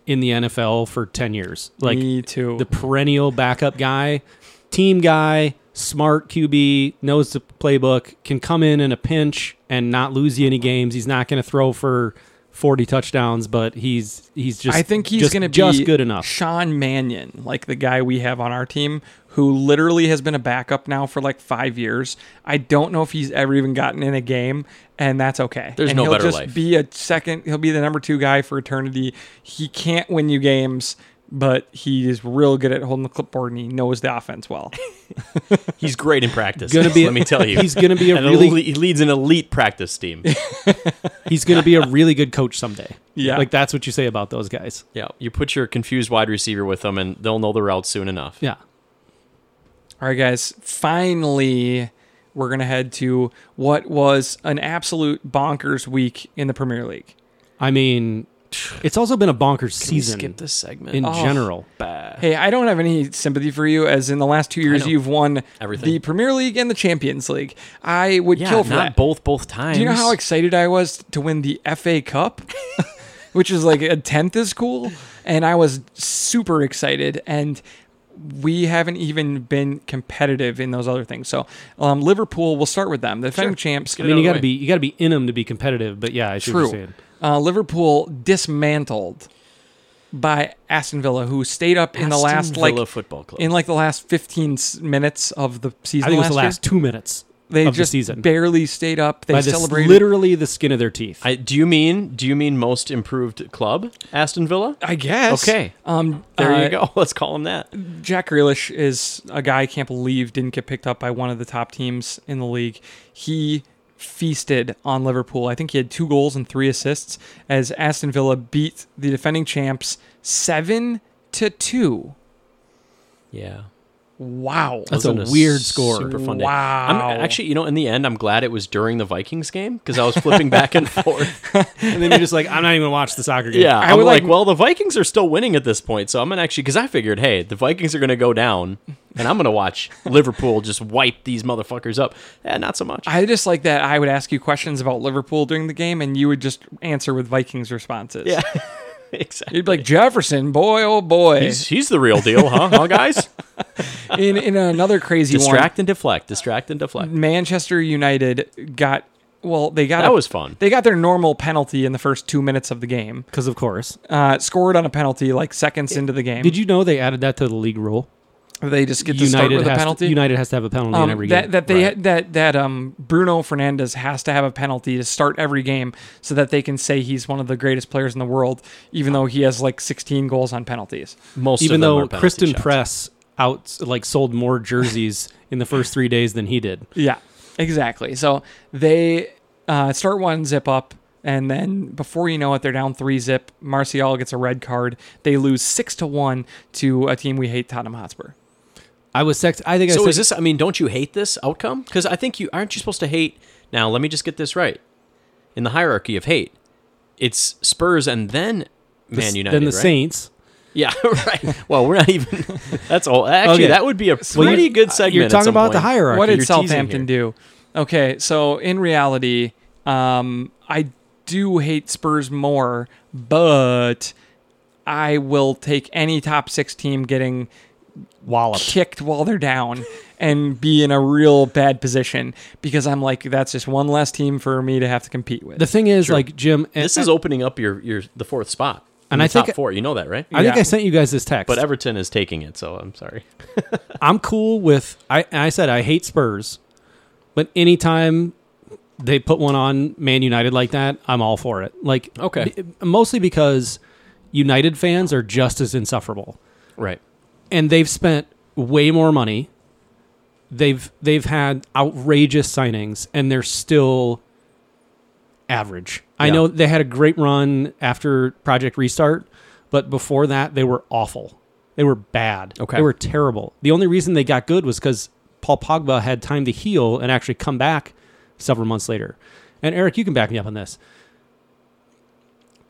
in the NFL for ten years, like
me too.
the perennial backup guy, team guy, smart QB, knows the playbook, can come in in a pinch and not lose you any games. He's not going to throw for forty touchdowns, but he's he's just
I think he's
just-
going to be
just good enough.
Sean Mannion, like the guy we have on our team, who literally has been a backup now for like five years. I don't know if he's ever even gotten in a game, and that's okay.
There's
and
no
he'll
better
just
life.
Be a second. He'll be the number two guy for eternity. He can't win you games, but he is real good at holding the clipboard, and he knows the offense well.
He's great in practice.
Gonna be-
let me tell you.
He's going to be a
an
really
elite, he leads an elite practice team.
he's going to be a really good coach someday.
Yeah.
Like that's what you say about those guys.
yeah, you put your confused wide receiver with them, and they'll know the route soon enough.
Yeah.
All right, guys. Finally, we're gonna head to what was an absolute bonkers week in the Premier League.
I mean, It's also been a bonkers season
Skip this segment.
in
Oh.
general.
Bah.
Hey, I don't have any sympathy for you, as in the last two years
know.
you've won
Everything.
the Premier League and the Champions League. I would
yeah,
kill
not
for that.
both both times.
Do you know how excited I was to win the FA Cup, which is like a tenth as cool? And I was super excited. And we haven't even been competitive in those other things. So um, Liverpool, we'll start with them, the defending champs.
I
Get it
mean,
out
you got
of the
to
way.
be you got to be in them to be competitive. But yeah, I should be
True.
saying
Uh, Liverpool dismantled by Aston Villa, who stayed up in the
Aston
last
Villa
like
football club.
in like the last 15 s- minutes of the
I
season.
think it was the
year.
last two minutes
They
of
just
the season
barely stayed up. They
by this,
celebrated.
literally the skin of their teeth.
I, do you mean do you mean most improved club Aston Villa?
I guess.
Okay.
Um,
There
uh,
you go. Let's call him that.
Jack Grealish is a guy I can't believe didn't get picked up by one of the top teams in the league. He feasted on Liverpool. I think he had two goals and three assists as Aston Villa beat the defending champs seven to two.
Yeah.
Wow.
That's a
Wasn't
weird score.
Super fun day.
Wow.
I'm actually, you know, in the end, I'm glad it was during the Vikings game because I was flipping back and forth.
and then you're just like, I'm not even gonna watch the soccer game.
Yeah,
I
I'm
would
like,
like-
well, the Vikings are still winning at this point, so I'm gonna actually because I figured, hey, the Vikings are gonna go down, and I'm gonna watch Liverpool just wipe these motherfuckers up. Eh, not so much.
I just like that I would ask you questions about Liverpool during the game and you would just answer with Vikings responses.
yeah, exactly.
You'd be like Jefferson, boy, oh boy.
He's, he's the real deal, huh? huh guys,
in in another crazy one,
distract and deflect, distract and deflect.
Manchester United got well, they got
That
a-
was fun.
They got their normal penalty in the first two minutes of the game.
because of course.
Uh, scored on a penalty like seconds into the game.
Did you know they added that to the league rule?
They just get to start with a
has
penalty.
To, United has to have a penalty in
um,
every
that
game.
that they that that um Bruno Fernandez has to have a penalty to start every game so that they can say he's one of the greatest players in the world, even though he has like 16 goals on penalties.
Most
even
of them
though
are penalty
Kristen
shots.
Press out like sold more jerseys in the first three days than he did.
Yeah, exactly. So they uh, start one zip up, and then before you know it, they're down three zip. Martial gets a red card. They lose six to one to a team we hate, Tottenham Hotspur.
I was sex. I think I
So
said,
is this? I mean, don't you hate this outcome? Because I think you aren't you supposed to hate. Now let me just get this right. In the hierarchy of hate, it's Spurs and then
the-
Man United.
Then the
right?
Saints.
Yeah, right. Well, we're not even. That's all. Actually,
Okay.
that would be a pretty
Well, you're- uh,
good segment.
You're
at
talking
some
about the
point.
hierarchy.
What
you're
did
teasing
Southampton do? Okay, so in reality, um, I do hate Spurs more, but I will take any top six team getting
Wallop.
kicked while they're down and be in a real bad position because I'm like, that's just one less team for me to have to compete with.
The thing is, like Jim, and,
This is opening up your your the fourth spot.
And
in
I
the
think-
top four. You know that, right?
I think
Yeah.
I sent you guys this text.
but Everton is taking it, so I'm sorry.
I'm cool with. I and I said I hate Spurs, but anytime they put one on Man United like that, I'm all for it. Like
Okay.
b- mostly because United fans are just as insufferable.
Right.
and they've spent way more money. They've they've had outrageous signings and they're still average. I
Yeah.
know they had a great run after Project Restart, but before that they were awful. They were bad.
Okay.
They were terrible. The only reason they got good was cuz Paul Pogba had time to heal and actually come back several months later. And Eric, you can back me up on this.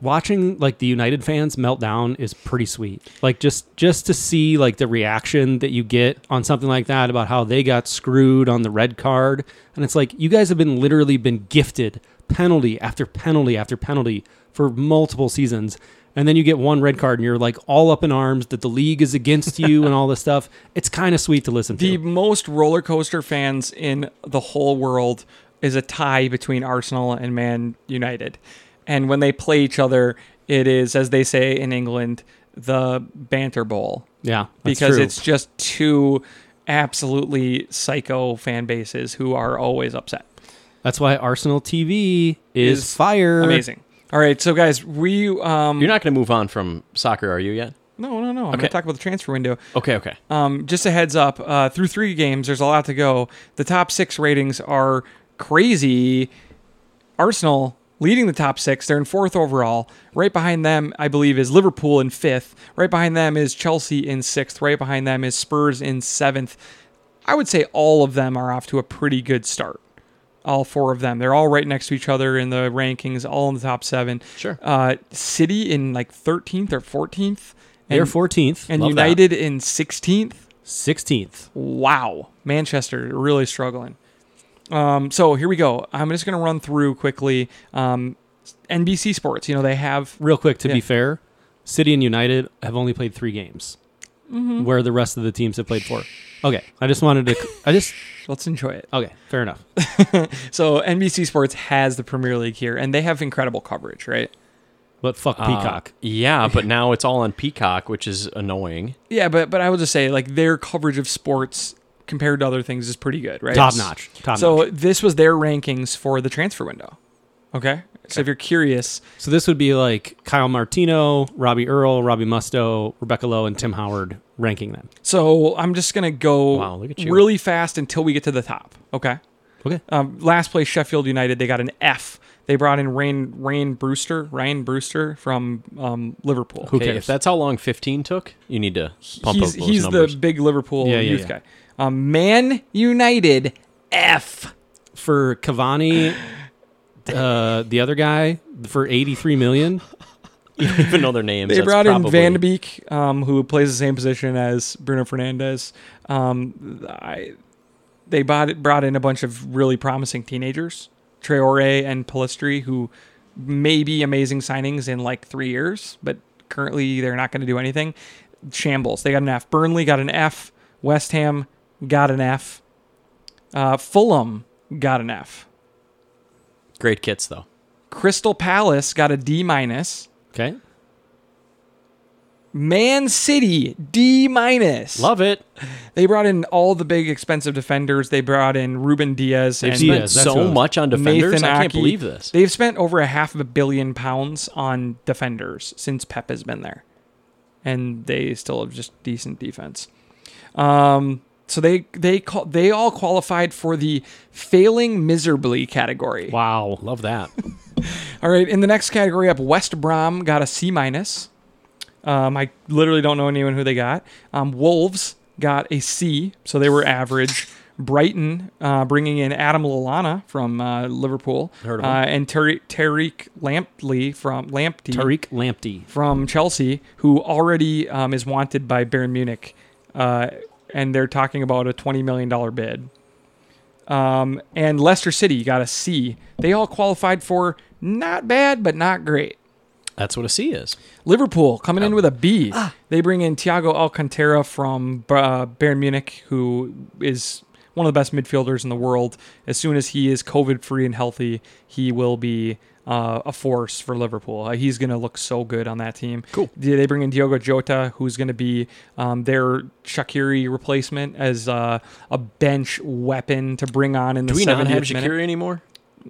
Watching like the United fans melt down is pretty sweet. Like just just to see like the reaction that you get on something like that about how they got screwed on the red card and it's like you guys have been literally been gifted penalty after penalty after penalty for multiple seasons and then you get one red card and you're like all up in arms that the league is against you and all this stuff. It's kind of sweet to listen
the
to.
most roller coaster fans in the whole world is a tie between Arsenal and Man United. And when they play each other, it is, as they say in England, the banter bowl
Yeah. that's
because
true.
it's just two absolutely psycho fan bases who are always upset.
That's why Arsenal TV is,
Is
fire.
Amazing. All right, so guys, we um
You're not going to move on from soccer, are you yet?
no no no. I'm
Okay.
gonna talk about the transfer window.
Okay. Okay.
Um, just a heads up, uh, through three games, there's a lot to go. The top six ratings are crazy. Arsenal leading the top six. They're in fourth overall. Right behind them, I believe, is Liverpool in fifth. Right behind them is Chelsea in sixth. Right behind them is Spurs in seventh. I would say all of them are off to a pretty good start. all four of them. They're all right next to each other in the rankings, all in the top seven.
Sure.
Uh, City in like 13th or 14th,
They're
and,
14th
and
Love that.
United in 16th.
16th.
Wow, Manchester really struggling. Um, so here we go. I'm just going to run through quickly. Um, NBC Sports, you know, they have
Real quick, to
Yeah.
be fair, City and United have only played three games, where the rest of the teams have played four. Okay, I just wanted to. I just
let's enjoy it.
okay, fair enough.
So NBC Sports has the Premier League here, and they have incredible coverage, right?
But fuck Peacock.
yeah, but now it's all on Peacock, which is annoying.
Yeah, but but I would just say like their coverage of sports compared to other things is pretty good, right?
Top notch. Top
So
notch.
this was their rankings for the transfer window. Okay. So if you're curious,
So this would be like Kyle Martino, Robbie Earl, Robbie Musto, Rebecca Lowe, and Tim Howard ranking them.
so I'm just gonna go
Wow, look at you.
really fast until we get to the top. Okay.
Okay.
Um, last place, Sheffield United. They got an F. They brought in Rain Rain Brewster, Ryan Brewster from um, Liverpool.
Who
Okay,
cares?
if that's how long 15 took, you need to pump
he's
up those
he's
numbers.
the big Liverpool
Yeah, yeah,
youth
yeah.
guy. Um, Man United F.
for Cavani, uh, the other guy for eighty-three million.
you don't even know their names.
They
that's
brought
probably,
in Van de Beek, um, who plays the same position as Bruno Fernandez. Um, I, they bought, brought in a bunch of really promising teenagers, Traore and Palistri, who may be amazing signings in like three years, but currently they're not going to do anything. Shambles. They got an F. Burnley got an F. West Ham got an F. Uh, Fulham got an F.
Great kits, though.
Crystal Palace got a D minus.
Okay.
Man City D minus.
Love it.
They brought in all the big expensive defenders. They brought in Ruben Diaz
They've
and
spent
Diaz, that's what I
so
was-
much on defenders.
Nathan
I can't
Aki.
believe this.
They've spent over a half of a billion pounds on defenders since Pep has been there, and they still have just decent defense. Um, so they they call, they all qualified for the failing miserably category.
Wow.
Love that.
All right, in the next category up, West Brom got a C minus. Um, I literally don't know anyone who they got. Um, Wolves got a C, so they were average. Brighton uh, bringing in Adam Lallana from uh, Liverpool,
Heard of
uh,
him.
and Tari- Tariq Lampley from Lamptey
Tariq Lamptey.
from Chelsea, who already um, is wanted by Bayern Munich, uh, and they're talking about a twenty million dollar bid. Um, and Leicester City got a C. They all qualified for not bad, but not great.
That's what a C is.
Liverpool coming
Oh.
in with a B.
Ah.
They bring in Thiago Alcantara from uh, Bayern Munich, who is one of the best midfielders in the world. As soon as he is COVID free and healthy, he will be uh, a force for Liverpool. Uh, he's going to look so good on that team.
Cool.
They they bring in Diogo Jota, who's going to be um, their Shakiri replacement as uh, a bench weapon to bring on in the
Do we
70th
not have
minute.
Shakiri anymore?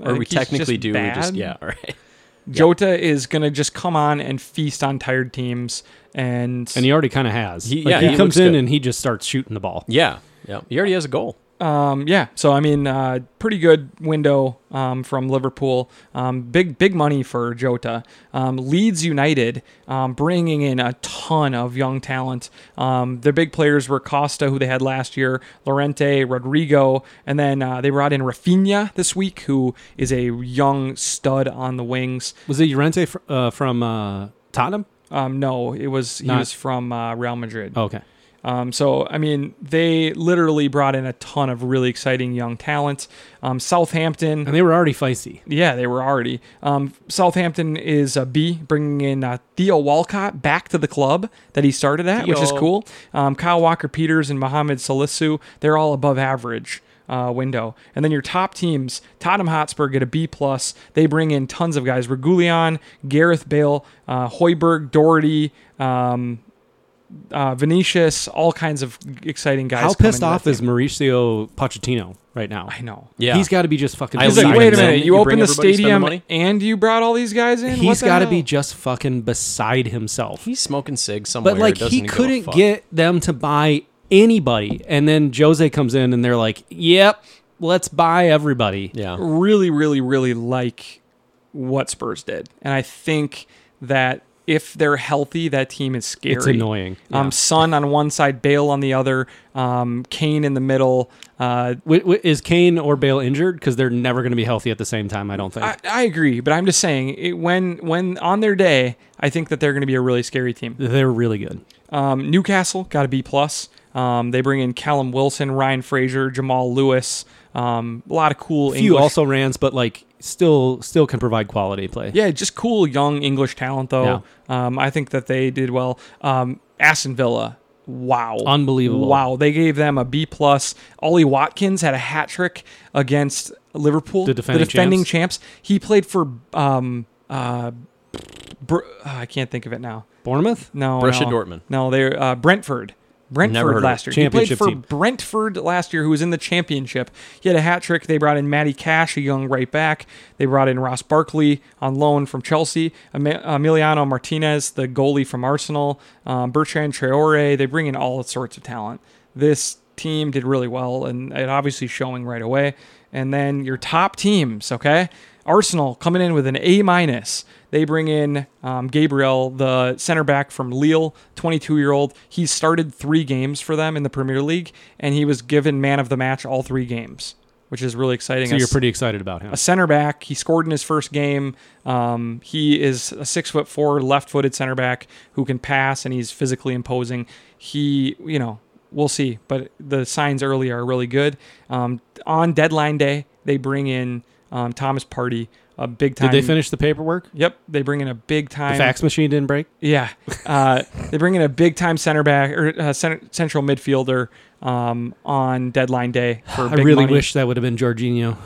I
Or we
think he's
technically
just
do. We just
bad.
yeah. All right.
Jota is going to just come on and feast on tired teams. And,
And he already kind of has.
He-
Like,
yeah,
he,
he
comes
looks
in
good.
and he just starts shooting the ball.
Yeah. Yeah. He already has a goal.
Um, yeah, so I mean, uh, pretty good window um, from Liverpool. Um, big, big money for Jota. Um, Leeds United um, bringing in a ton of young talent. Um, their big players were Costa, who they had last year, Lorente, Rodrigo, and then uh, they brought in Rafinha this week, who is a young stud on the wings.
Was it Urente fr- uh, from uh, Tottenham?
Um, no, it was he
Not-
was from uh, Real Madrid.
Oh, okay.
Um, so, I mean, they literally brought in a ton of really exciting young talent. Um, Southampton.
And they were already feisty.
Yeah, they were already. Um, Southampton is a B, bringing in uh, Theo Walcott back to the club that he started at, which is
Theo.
cool. Um, Kyle Walker Peters and Mohamed Salisu, they're all above average. Uh, window and then your top teams Tottenham Hotspur get a B plus they bring in tons of guys Regulion Gareth Bale uh, Hoiberg Doherty um, uh, Vinicius all kinds of exciting guys
How
come
pissed
into
off
that
is
team.
Mauricio Pochettino right now?
I know
Yeah.
He's got to be just fucking.
I
He's
Is it-
beside
like, wait a
Besides
minute,
himself.
you
You
opened
bring
the
everybody, spend the
stadium
money?
and you brought all these guys in?
He's
got to
be just fucking beside himself.
He's smoking cigs somewhere.
but like he
doesn't give a
couldn't
fuck.
get them to buy anybody, and then Jose comes in and they're like, "Yep, let's buy everybody."
Yeah.
really, really, really like what Spurs did. And I think that if they're healthy, that team is scary.
It's annoying.
Um, Son on one side, Bale on the other, um, Kane in the middle. Uh,
Wi- wi- is Kane or Bale injured? Because they're never going to be healthy at the same time. I don't think.
I, I agree, but I'm just saying it, when when on their day, I think that they're going to be a really scary team.
they're really good.
Um, Newcastle got a B plus. Um, they bring in Callum Wilson, Ryan Fraser, Jamal Lewis. Um, a lot of cool.
Few
English-
also rans, but like still still can provide quality play.
Yeah, just cool young English talent though. Um, I think that they did well. Um, Aston Villa, wow,
Unbelievable.
Wow, they gave them a B plus. Ollie Watkins had a hat trick against Liverpool,
The defending
champs. He played for um uh, Br- I can't think of it now.
Bournemouth.
No,
Borussia
no.
Dortmund.
No, they're uh, Brentford.
Never heard
Brentford
of
last year.
it.
He played
Championship
for
team.
Brentford last year, who was in the championship. He had a hat trick. They brought in Matty Cash, a young right back. They brought in Ross Barkley on loan from Chelsea. Em- Emiliano Martinez, the goalie from Arsenal. Um, Bertrand Traore. They bring in all sorts of talent. This team did really well, and it obviously showing right away. And then your top teams, okay? Arsenal coming in with an A minus. They bring in um, Gabriel, the center back from Lille, 22 year old. He started three games for them in the Premier League, and he was given man of the match all three games, which is really exciting.
So
A
you're
s-
pretty excited about him.
a center back. He scored in his first game. Um, he is a six foot four left footed center back who can pass and he's physically imposing. He, you know, we'll see, but the signs early are really good. Um, on deadline day, they bring in um, Thomas Party, a big time.
Did they finish the paperwork?
Yep, they bring in a big
The
time.
fax machine didn't break.
Yeah, uh, they bring in a big time center back or uh, center, central midfielder um, on deadline day for
I
big
really
money.
wish that would have been Jorginho.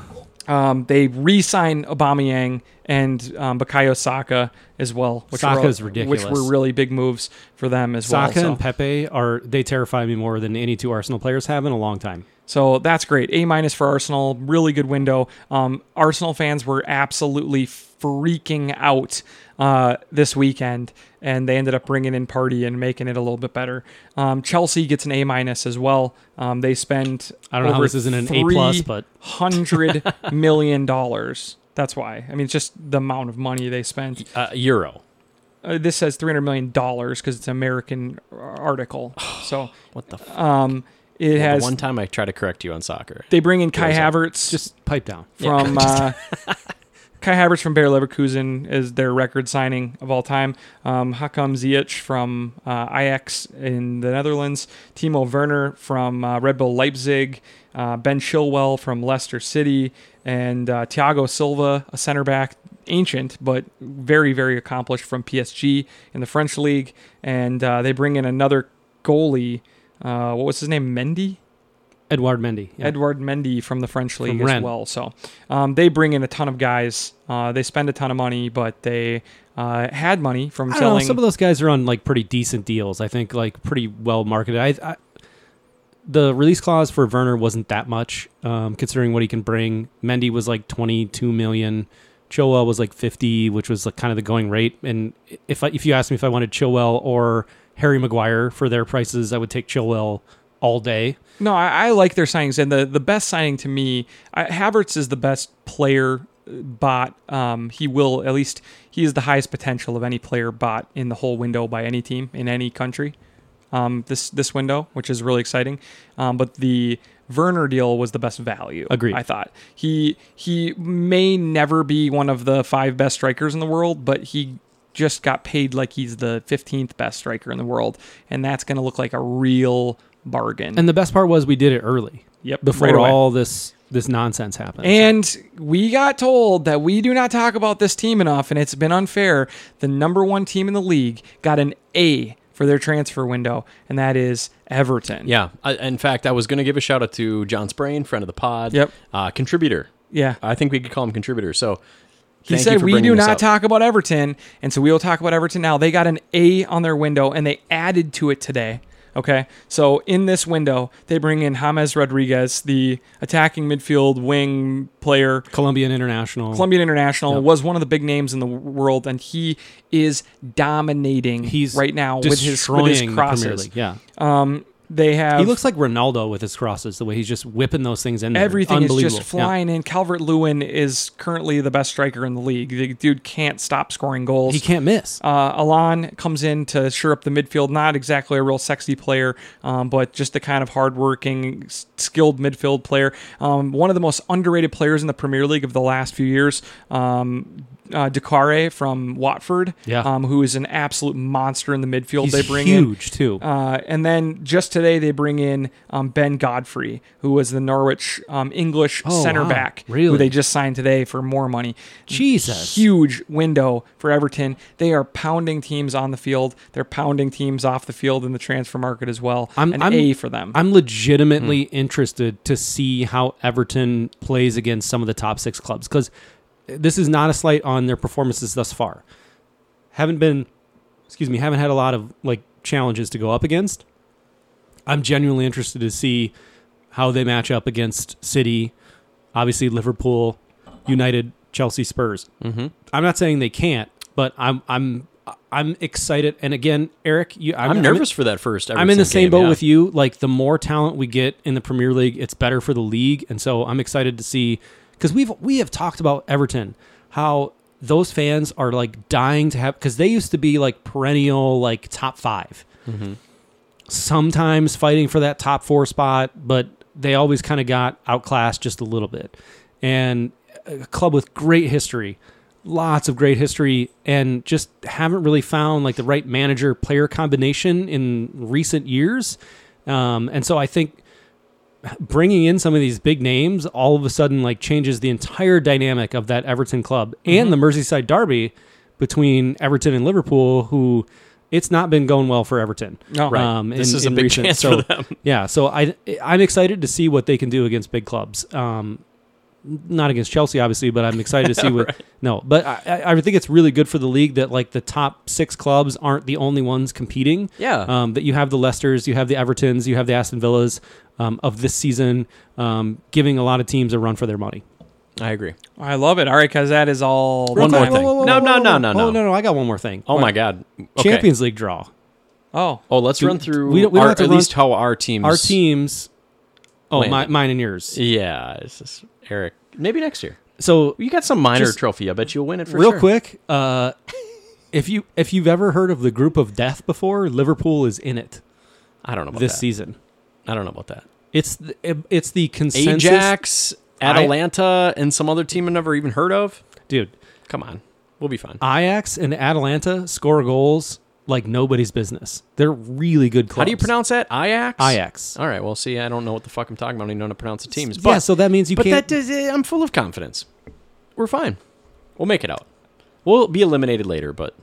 Um, they re-sign Aubameyang and um, Bakayo Saka as well, which
Saka's
were,
ridiculous.
which were really big moves for them as
Saka
well.
and
So,
Pepe are they terrify me more than any two Arsenal players have in a long time.
so that's great. A minus for Arsenal, really good window. Um, Arsenal fans were absolutely freaking out uh, this weekend, and they ended up bringing in Party and making it a little bit better. Um, Chelsea gets an A minus as well. Um, they spend
I don't know how this isn't an A plus, but-
hundred million dollars. That's why. I mean, it's just the amount of money they spent.
Uh, Euro.
uh, this says 300 million dollars because it's an American article. So
What the? F-
um, it
well, the
has.
one time I try to correct you on soccer.
they bring in Kai
Goes up.
Havertz
Just pipe down.
from uh, Kai Havertz from Bayer Leverkusen is their record signing of all time. Um, Hakam Ziyech from uh, Ajax in the Netherlands. Timo Werner from uh, Red Bull Leipzig. Uh, ben Chilwell from Leicester City and uh, Thiago Silva, a center back, ancient but very very accomplished from PSG in the French league. And uh, they bring in another goalie. Uh, what was his name? Mendy.
Edward Mendy. Yeah.
Edward Mendy from the French league as
Rennes.
well. So um, they bring in a ton of guys. Uh, they spend a ton of money, but they uh, had money from
I don't know.
selling.
Some of those guys are on like pretty decent deals. I think like pretty well marketed. I, I the release clause for Werner wasn't that much, um, considering what he can bring. Mendy was like twenty two million. Chilwell was like fifty, which was like kind of the going rate. And if I, if you asked me if I wanted Chilwell or Harry Maguire for their prices, I would take Chilwell all day.
no, I, I like their signings, and the the best signing to me, I, Havertz is the best player bot. Um, he will at least he is the highest potential of any player bot in the whole window by any team in any country. Um, this this window, which is really exciting, um, but the Werner deal was the best value.
Agreed.
I thought he he may never be one of the five best strikers in the world, but he just got paid like he's the 15th best striker in the world, and that's going to look like a real bargain.
And the best part was we did it early.
Yep,
Before
right away.
all this this nonsense happened.
And we got told that we do not talk about this team enough, and it's been unfair. The number one team in the league got an A for their transfer window, and that is Everton.
Yeah. I, in fact, I was going to give a shout out to John Sprain, friend of the pod.
Yep.
Uh, contributor.
Yeah.
I think we could call him contributor. So
He
Uh, thank you
said
for
we
bringing
do
this
not
up.
talk about Everton, and so we will talk about Everton now. They got an A on their window, and they added to it today. Okay, so in this window, they bring in James Rodriguez, the attacking midfield wing player
Colombian international.
Colombian international was one of the big names in the world, and he is dominating
He's
right now with his, with his
destroying the Premier
crosses.
League. Yeah.
Um, They have
He looks like Ronaldo with his crosses, the way he's just whipping those things in there.
everything is
Unbelievable.
just
Yeah.
flying in. Calvert Lewin is currently the best striker in the league. The dude can't stop scoring goals.
He can't miss.
Uh, Alon comes in to shore up the midfield. Not exactly a real sexy player, um, but just the kind of hardworking, s- skilled midfield player. Um, one of the most underrated players in the Premier League of the last few years. Um, uh, Dakare from Watford,
Yeah.
um, who is an absolute monster in the midfield.
He's
they bring in
huge too.
uh, and then just today they bring in um, Ben Godfrey, who was the Norwich um, English
Oh,
center
wow.
back,
Really?
who they just signed today for more money.
Jesus.
Huge window for Everton. They are pounding teams on the field. They're pounding teams off the field in the transfer market as well.
I'm-
An
I'm-
A for them.
I'm legitimately interested to see how Everton plays against some of the top six clubs because this is not a slight on their performances thus far. Haven't been, excuse me, haven't had a lot of like challenges to go up against. I'm genuinely interested to see how they match up against City, obviously Liverpool, United, Chelsea, Spurs. Mm-hmm. I'm not saying they can't, but I'm I'm I'm excited. And again, Eric, you,
I'm, nervous for that first.
I'm in the same boat with you. Like the more talent we get in the Premier League, it's better for the league, and so I'm excited to see because we've we have talked about Everton how those fans are like dying to have because they used to be like perennial like top 5 sometimes fighting for that top four spot, but they always kind of got outclassed just a little bit. And a club with great history, lots of great history, and just haven't really found like the right manager player combination in recent years. Um, and so I think bringing in some of these big names all of a sudden like changes the entire dynamic of that Everton club
Mm-hmm.
and the Merseyside derby between Everton and Liverpool, who it's not been going well for Everton.
No. Right.
Um,
This is a big chance
so,
for them.
Yeah, so I I'm excited to see what they can do against big clubs. Um, not against Chelsea, obviously, but I'm excited to see what. No, but I, I I think it's really good for the league that like the top six clubs aren't the only ones competing.
Yeah.
um, that you have the Leicesters, you have the Evertons, you have the Aston Villas um, of this season, um, giving a lot of teams a run for their money.
I agree.
I love it. All right, because that is all.
One more
time.
thing. No, no, no, no,
Oh,
no.
no, no! I got one more thing.
Oh my god. Okay.
Champions League draw.
Oh,
Oh, let's run through.
we don't- we don't
our,
have to
at
run-
least how our teams.
Our teams. Oh,
Landed.
my, mine and yours.
Yeah, it's just Eric. Maybe next year.
So
You got some minor
Just-
trophy. I bet you'll win it for
real
sure.
quick, uh, if you if you've ever heard of the group of death before, Liverpool is in it
I don't know about
this
that.
season.
I don't know about that.
It's the, it's the consensus,
Ajax, Atalanta, and some other team I've never even heard of.
dude.
Come on, we'll be fine.
Ajax and Atalanta score goals like nobody's business. They're really good clubs.
How do you pronounce that? Ajax.
Ajax?
All right. Well, see, I don't know what the fuck I'm talking about. I don't even know how to pronounce the teams. But,
yeah, so that means you
but
can't.
that does. eh, I'm full of confidence. We're fine. We'll make it out. We'll be eliminated later, but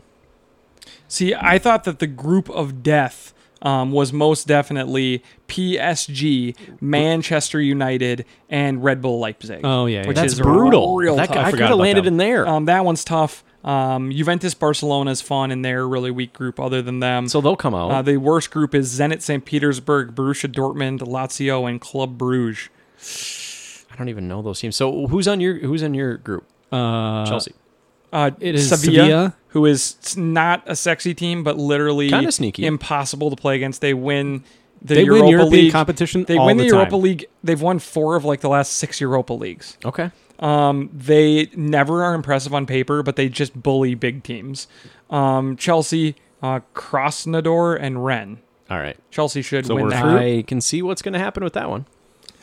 See, I thought that the group of death um, was most definitely PSG, Manchester United, and Red Bull Leipzig.
Oh, yeah, yeah.
which
That's
is
brutal.
Real
that
tough.
guy, I could
forgot
have
about
landed
that
in there.
Um, that one's tough. Um, Juventus Barcelona is fun in their really weak group. Other than them,
so they'll come out.
uh, the worst group is Zenit St. Petersburg, Borussia Dortmund, Lazio, and Club Bruges.
I don't even know those teams. So who's on your who's in your group?
uh,
Chelsea.
Uh,
It is
Sevilla,
Sevilla.
who is s- not a sexy team, but literally
Kinda sneaky.
impossible to play against. They win the
They
Europa
win European
League.
competition.
They
all
win the,
the,
Europa
time.
League. They've won four of like the last six Europa Leagues.
Okay.
Um, they never are impressive on paper, but they just bully big teams. Um, Chelsea, uh, Krasnodar, and Ren.
All right.
Chelsea should
So
win
we're
that.
through?
I can see what's going to happen with that one.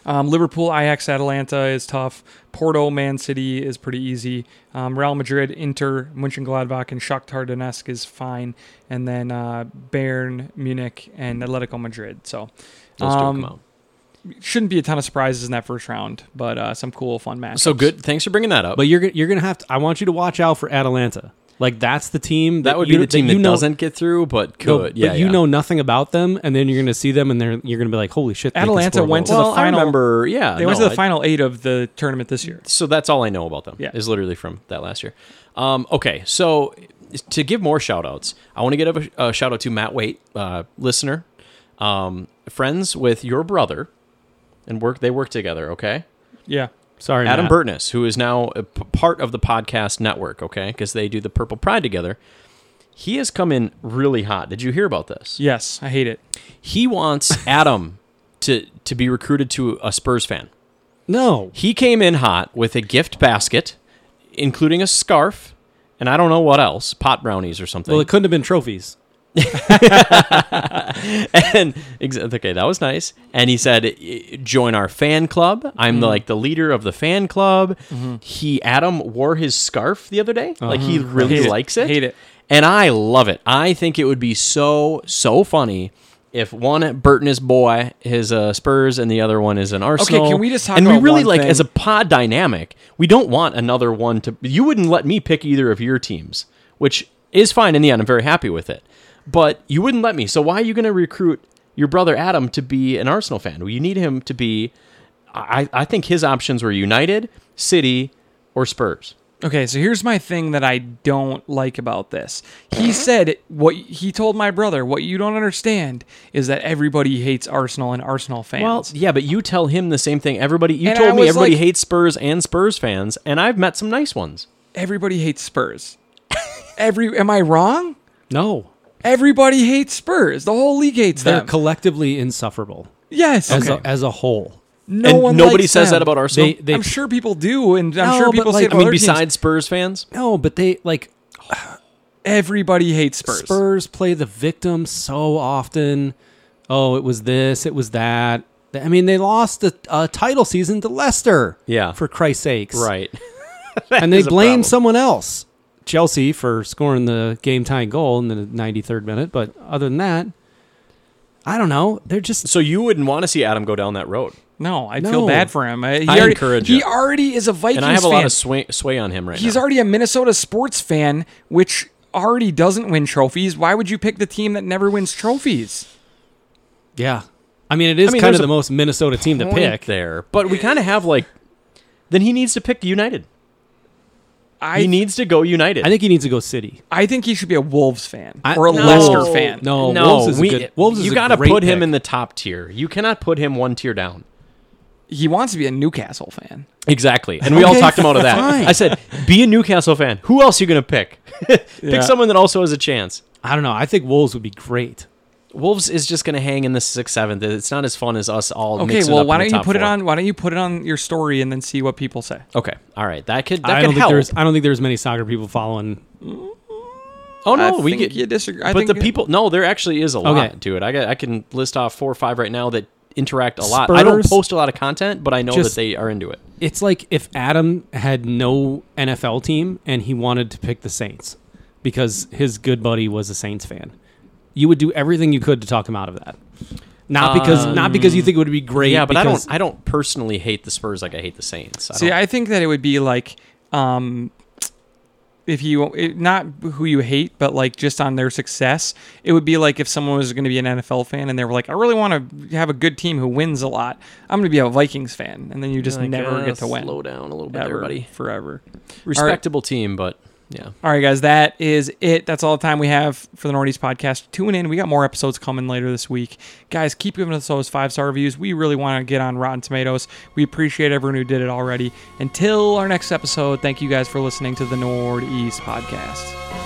Um, Liverpool, Ajax, Atalanta is tough. Porto, Man City is pretty easy. Um, Real Madrid, Inter, Mönchengladbach, and Shakhtar Donetsk is fine. And then uh, Bayern, Munich, and Atletico Madrid. So
Those two
um,
come out.
shouldn't be a ton of surprises in that first round, but uh, some cool, fun matches.
So good. Thanks for bringing that up.
But you're gonna- you're gonna have to. I want you to watch out for Atalanta. Like that's the team that,
that would
you-
be the team that,
you know,
doesn't get through, but could.
No,
yeah,
but you
yeah.
know nothing about them, and then you're going to see them, and they're you're going to be like, "Holy shit!" they can
Atalanta
score
went to
goals."
the
Well, I
final-
remember. Yeah,
They went
no,
to the
I-
final eight of the tournament this year.
So that's all I know about them.
Yeah.
is literally from that last year. Um, okay, so to give more shout outs, I want to give a, a shout out to Matt Waite, uh, listener, um, friends with your brother, and work. They work together. Okay.
Yeah.
Sorry,
Adam
Matt.
Burtness, who is now a p- part of the podcast network, okay, because they do the Purple Pride together. He has come in really hot. Did you hear about this?
Yes, I hate it.
He wants Adam to to be recruited to a Spurs fan.
No.
He came in hot with a gift basket, including a scarf, and I don't know what else, pot brownies or something.
Well, it couldn't have been trophies.
and ex- okay, that was nice. And he said, "Y- "Join our fan club. I'm
Mm-hmm.
the, like the leader of the fan club." He Adam wore his scarf the other day. Like he really
Uh-huh. Hate it.
likes it.
Hate it.
And I love it. I think it would be so so funny. If one Burton is boy, his uh, Spurs, and the other one is an Arsenal.
we just talk
and we
about
really
one
like
thing?
as a pod dynamic. We don't want another one to. You wouldn't let me pick either of your teams, which is fine in the end. I'm very happy with it. But you wouldn't let me. So why are you going to recruit your brother Adam to be an Arsenal fan? Well, you need him to be. I, I think his options were United, City, or Spurs.
Okay, so here's my thing that I don't like about this. He said what he told my brother, what you don't understand is that everybody hates Arsenal and Arsenal fans.
Well, yeah, but you tell him the same thing. Everybody, you
And I
told me
was
everybody
like-
hates Spurs and Spurs fans, and I've met some nice ones.
everybody hates Spurs. Every am I wrong?
No.
Everybody hates Spurs. The whole league hates
They're
them.
collectively insufferable
yes.
as, a, as a whole.
no
and
one
nobody
likes
says
them.
that about Arsenal.
They, they,
I'm sure people do, and I'm
No,
sure
but
people say
like-
it
I
about
mean,
other teams.
besides Spurs fans,
no, but they like
everybody hates Spurs.
Spurs. play the victim so often. Oh, it was this, it was that. I mean, they lost a, a title season to Leicester.
Yeah.
For Christ's sakes.
right?
And they
is a problem.
blame someone else. Chelsea for scoring the game tying goal in the 93rd minute. But other than that, I don't know. They're just.
So you wouldn't want to see Adam go down that road.
No, I
No.
feel bad for him. I, he
I
already,
encourage
He
it.
already is a Vikings
and I have a
fan.
lot of sway, sway on him right
He's
now.
already a Minnesota sports fan, which already doesn't win trophies. Why would you pick the team that never wins trophies?
Yeah. I mean, it is
I mean,
kind
there's
of the
a
most Minnesota team to
point
pick.
there, but we kind of have like. Then he needs to pick United.
I
He needs to go United.
I think he needs to go City.
I think he should be a Wolves fan
I-
or a
No.
Leicester fan.
No,
no,
Oh, Wolves is a
we,
good- Wolves is
you
a
gotta
great
put him
pick.
in the top tier. You cannot put him one tier down.
He wants to be a Newcastle fan.
Exactly, and we all
Okay,
talked him out of that.
fine.
I said, be a Newcastle fan. Who else you gonna pick? pick
Yeah.
someone that also has a chance.
I don't know. I think Wolves would be great.
Wolves is just gonna hang in the sixth, seventh. It's not as fun as us all.
Okay,
mixing it
well,
up
why
in the
don't you
top
put it
four.
on? Why don't you put it on your story and then see what people say?
Okay, all right. That could that
I
could
don't think
help.
there's. I don't think there's many soccer people following.
oh no,
I
we
think
get
you disagree. I
but
think
the people, no, there actually is a
Okay.
lot to it. I got, I can list off four or five right now that interact a lot. I don't
Spurs.
post a lot of content, but I know that
Just-
they are into it.
It's like if Adam had no NFL team and he wanted to pick the Saints because his good buddy was a Saints fan. You would do everything you could to talk him out of that. Not because not because you think it would be great.
Yeah, but I
because-
don't, I don't personally hate the Spurs like I hate the Saints. I
See,
don't-
I think that it would be like, um, if you it, not who you hate, but like just on their success, it would be like if someone was going to be an NFL fan and they were like, I really want to have a good team who wins a lot. I'm going to be a Vikings fan, and then you just
Like,
never
uh,
get to win.
Slow down a little bit,
Ever,
everybody.
forever.
Respectable team, but yeah.
All right, guys, that is it. That's all the time we have for the Nordies podcast. Tune in. We got more episodes coming later this week. Guys, keep giving us those five star reviews. We really want to get on Rotten Tomatoes. We appreciate everyone who did it already. Until our next episode, thank you guys for listening to the Nordeast podcast.